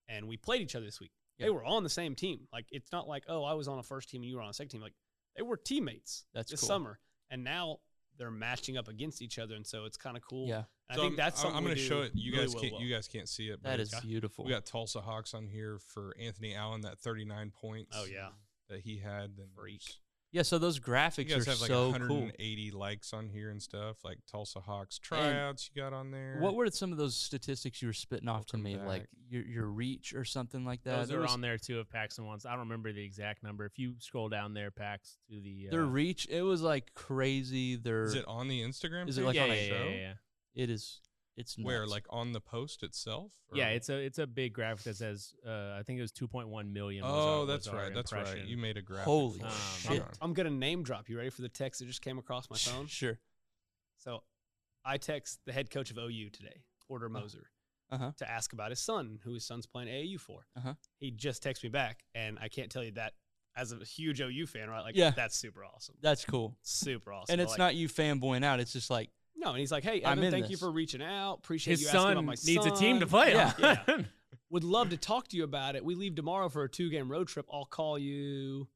and we played each other this week. They
Yeah.
were on the same team. Like it's not like oh I was on a first team and you were on a second team. Like they were teammates.
That's
this
cool.
summer, and now they're matching up against each other, and so it's kind of cool.
Yeah.
And
So
I think that's
I'm,
something
I'm
we
gonna show
do
it. You
really
guys
well
can't.
well.
you guys can't see it. but
That is
it's-
beautiful.
We got Tulsa Hawks on here for Anthony Allen, that 39 points.
Oh yeah,
that he had. Then
Freak.
there's-
Yeah, so those
You
graphics are
guys have like
so cool.
180 likes on here and stuff, like Tulsa Hawks tryouts you got on there.
What were some of those statistics you were spitting off
Welcome
to me,
back.
like your your reach or something like that?
Those
There
are
was-
on there too of Paxton ones. I don't remember the exact number. If you scroll down there, Pax to the uh,
Their reach, it was like crazy. Their
is it on the Instagram?
Is it
page
like
yeah,
on
yeah,
a
show?
yeah, yeah, yeah.
it is. It's
Where
nuts.
like on the post itself?
Yeah,
Or-
it's a it's a big graphic that says uh, I think it was 2.1 million. was our-
oh,
was
that's
our
right, that's right.
impression.
You made a graphic.
Holy
for it.
shit.
Hang
Um,
on.
I'm gonna name drop. You ready for the text that just came across my phone?
Sure.
So I text the head coach of OU today, Porter Moser,
uh-huh.
to ask about his son, who his son's playing AAU for.
Uh-huh.
He just texted me back, and I can't tell you that as a huge OU fan, right? Like,
Yeah.
that's super awesome.
That's cool.
Super awesome.
and
But,
it's
like,
not you fanboying out. It's just like
No, and he's like, hey,
I'm
Evan,
in
thank you
this.
for reaching out. Appreciate
His
you asking about
son
my
needs a team
son."
to play
Yeah.
[laughs]
on.
Would love to talk to you about it. We leave tomorrow for a two game road trip. I'll call you.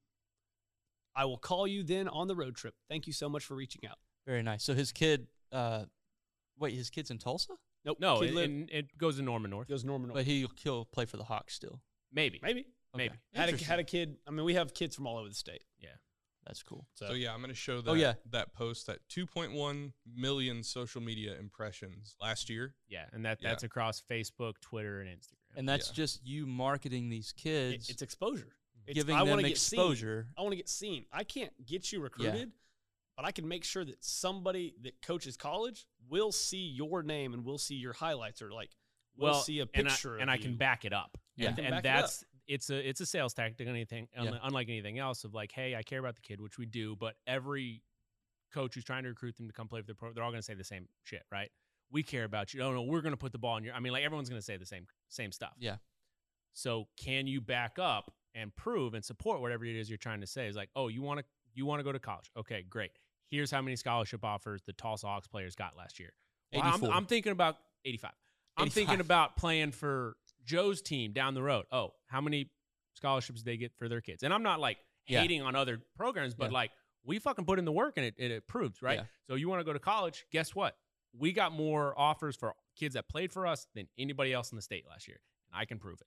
I will call you then on the road trip. Thank you so much for reaching out.
very nice. So his kid, uh, wait, his kid's in Tulsa,
Nope.
[laughs] no,
kid
it,
lived-
it, it goes to Norman North.
goes Norman.
but he he'll play for the Hawks still.
Maybe, maybe.
Maybe.
Okay.
Had a, had a
Interesting.
kid. I mean, we have kids from all over the state.
That's cool.
So,
So yeah, I'm gonna show that.
Oh, yeah.
that post that 2.1 million social media impressions last year.
Yeah, and that
Yeah.
that's across Facebook, Twitter, and Instagram.
And that's
Yeah.
just you marketing these
it-
kids,
it's exposure. It's,
giving
I
them
wanna get seen.
exposure.
I want to get seen. I can't get you recruited, but I can make sure that somebody that coaches college will see your name and will see your highlights or like will
well,
see a
and I-
picture.
and
of
I, can
you.
back it up.
Yeah.
and,
You can
and
back it up.
that's it's a it's a sales tactic. Anything
Yeah.
unlike, unlike anything else of like, hey, I care about the kid, which we do, but every coach who's trying to recruit them to come play for the pro, they're all going to say the same shit, right? We care about you. Oh no, we're going to put the ball in your. I mean, like everyone's going to say the same same stuff.
Yeah.
So can you back up and prove and support whatever it is you're trying to say? Is like, oh, you want to you want to go to college? Okay, great. Here's how many scholarship offers the Tulsa Hawks players got last year. Well, I'm,
84.
I'm thinking about 85.
[laughs]
I'm
85.
thinking about playing for Joe's team down the road. Oh, how many scholarships they get for their kids? And I'm not like
Yeah.
hating on other programs, but
Yeah.
like we fucking put in the work and it, it, it proves, right?
Yeah.
So you want to go to college? Guess what? We got more offers for kids that played for us than anybody else in the state last year. And I can prove it.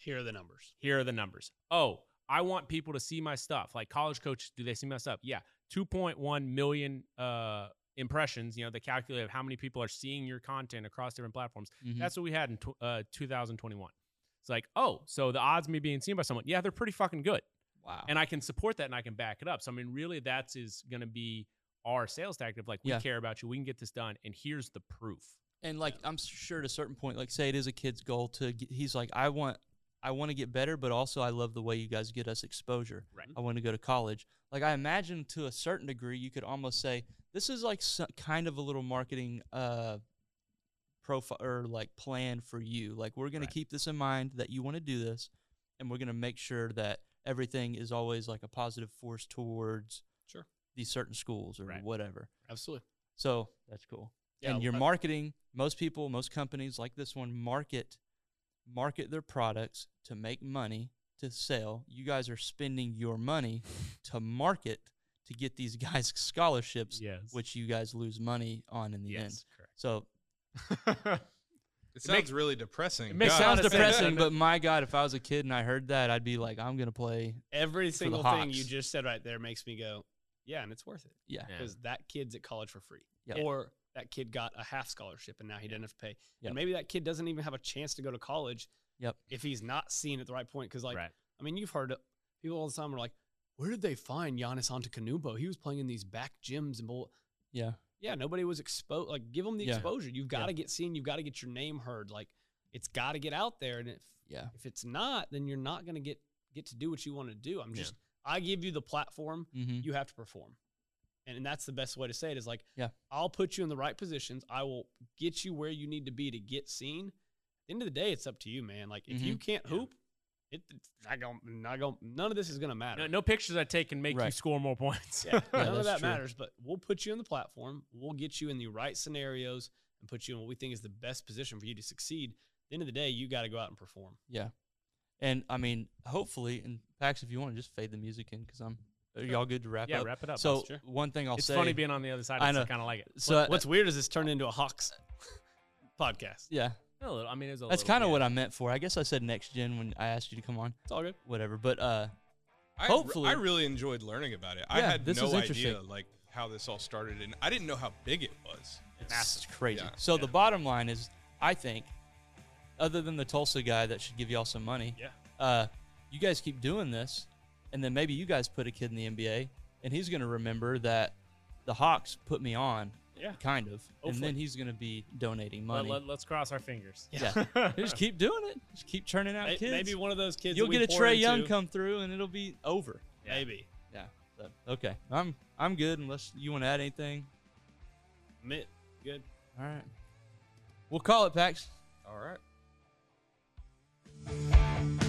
Here are the numbers.
Here are the numbers. Oh, I want people to see my stuff. Like college coaches, do they see my stuff? Yeah. 2.1 million uh, impressions. You know, they calculate of how many people are seeing your content across different platforms.
Mhm.
That's what we had in tw- uh, 2021. It's like, oh, so the odds of me being seen by someone, yeah, they're pretty fucking good.
wow.
And I can support that and I can back it up. So, I mean, really, that's is going to be our sales tactic. of, Like, we
Yeah.
care about you. We can get this done. And here's the proof.
and like i'm sure at a certain point like say it is a kid's goal to get, he's like i want i want to get better but also i love the way you guys get us exposure
Right.
i want to go to college like i imagine to a certain degree you could almost say this is like so, kind of a little marketing uh profile or like plan for you like we're going
Right.
to keep this in mind that you want to do this and we're going to make sure that everything is always like a positive force towards
Sure.
these certain schools or
Right.
whatever
Absolutely.
so that's cool
Yeah,
and your
I-
marketing most people most companies like this one market market their products to make money to sell you guys are spending your
[laughs]
money to market to get these guys [laughs] scholarships
Yes.
which you guys lose money on in the end
yes.
so
Correct.
It sounds
makes-
really depressing.
it makes
God,
a lot
sounds [laughs]
of sense,
depressing
doesn't
but my god if i was a kid and i heard that i'd be like i'm gonna play
Every single thing
Hawks.
you just said right there makes me go, yeah, and it's worth it
yeah
Yeah.
because that kid's at college for free,
Yeah.
or that kid got a half scholarship and now he doesn't have to pay.
Yep.
And maybe that kid doesn't even have a chance to go to college.
Yep.
If he's not seen at the right point, because like
right.
I mean, you've heard it- people all the time are like, where did they find Giannis Antetokounmpo? He was playing in these back gyms and bull.
yeah
Yeah, nobody was exposed. Like, give them the
Yeah.
exposure. You've got to get seen. You've got to get your name heard. Like, it's got to get out there. And if
yeah
if it's not, then you're not going to get get to do what you want to do. I'm
Yeah.
just I give you the platform.
mm-hmm.
You have to perform. And, and that's the best way to say it is like,
Yeah.
I'll put you in the right positions. I will get you where you need to be to get seen. end of the day, it's up to you, man. Like if you can't
Yeah.
hoop, it it's not going not going none of this is gonna matter.
No, [laughs] no pictures I take can make you
Right.
score more points. [laughs]
Yeah, none of
that's
that
true.
matters, but we'll put you in the platform. We'll get you in the right scenarios and put you in what we think is the best position for you to succeed. At the end of the day, you got to go out and perform.
Yeah. And I mean, hopefully, and Pax, if you want to just fade the music in, because I'm, are y'all good to wrap
Yeah,
up?
wrap it up,
So
boss. Sure.
one thing I'll
it's
say,
funny being on the other side.
I
I
know.
kind of like it.
so
What's weird is this turned into a Hawks podcast.
yeah,
A little, I mean, it's a
that's
little
kind of
bit.
what I meant for. I guess I said next gen when I asked you to come on,
It's all good.
whatever. But uh,
I,
Hopefully.
I really enjoyed learning about it. I
Yeah,
had
this
no
is interesting.
idea like how this all started, and I didn't know how big it was.
That's crazy.
Yeah.
So the bottom line is, I think, other than the Tulsa guy that should give y'all some money,
Yeah.
uh, you guys keep doing this, and then maybe you guys put a kid in the NBA, and he's going to remember that the Hawks put me on,
Yeah.
kind of, and
Hopefully.
then he's going to be donating
Let,
money.
us cross our fingers.
[laughs]
yeah,
[laughs]
just keep doing it. Just keep churning out
May-
kids.
Maybe one of those kids.
You'll
that we
get a
pour
Trey Young
into-
come through, and it'll be over.
Maybe.
Yeah. So, okay. I'm I'm good. Unless you want to add anything.
Mitt. Good.
All right. We'll call it, Pax.
All right.
uh,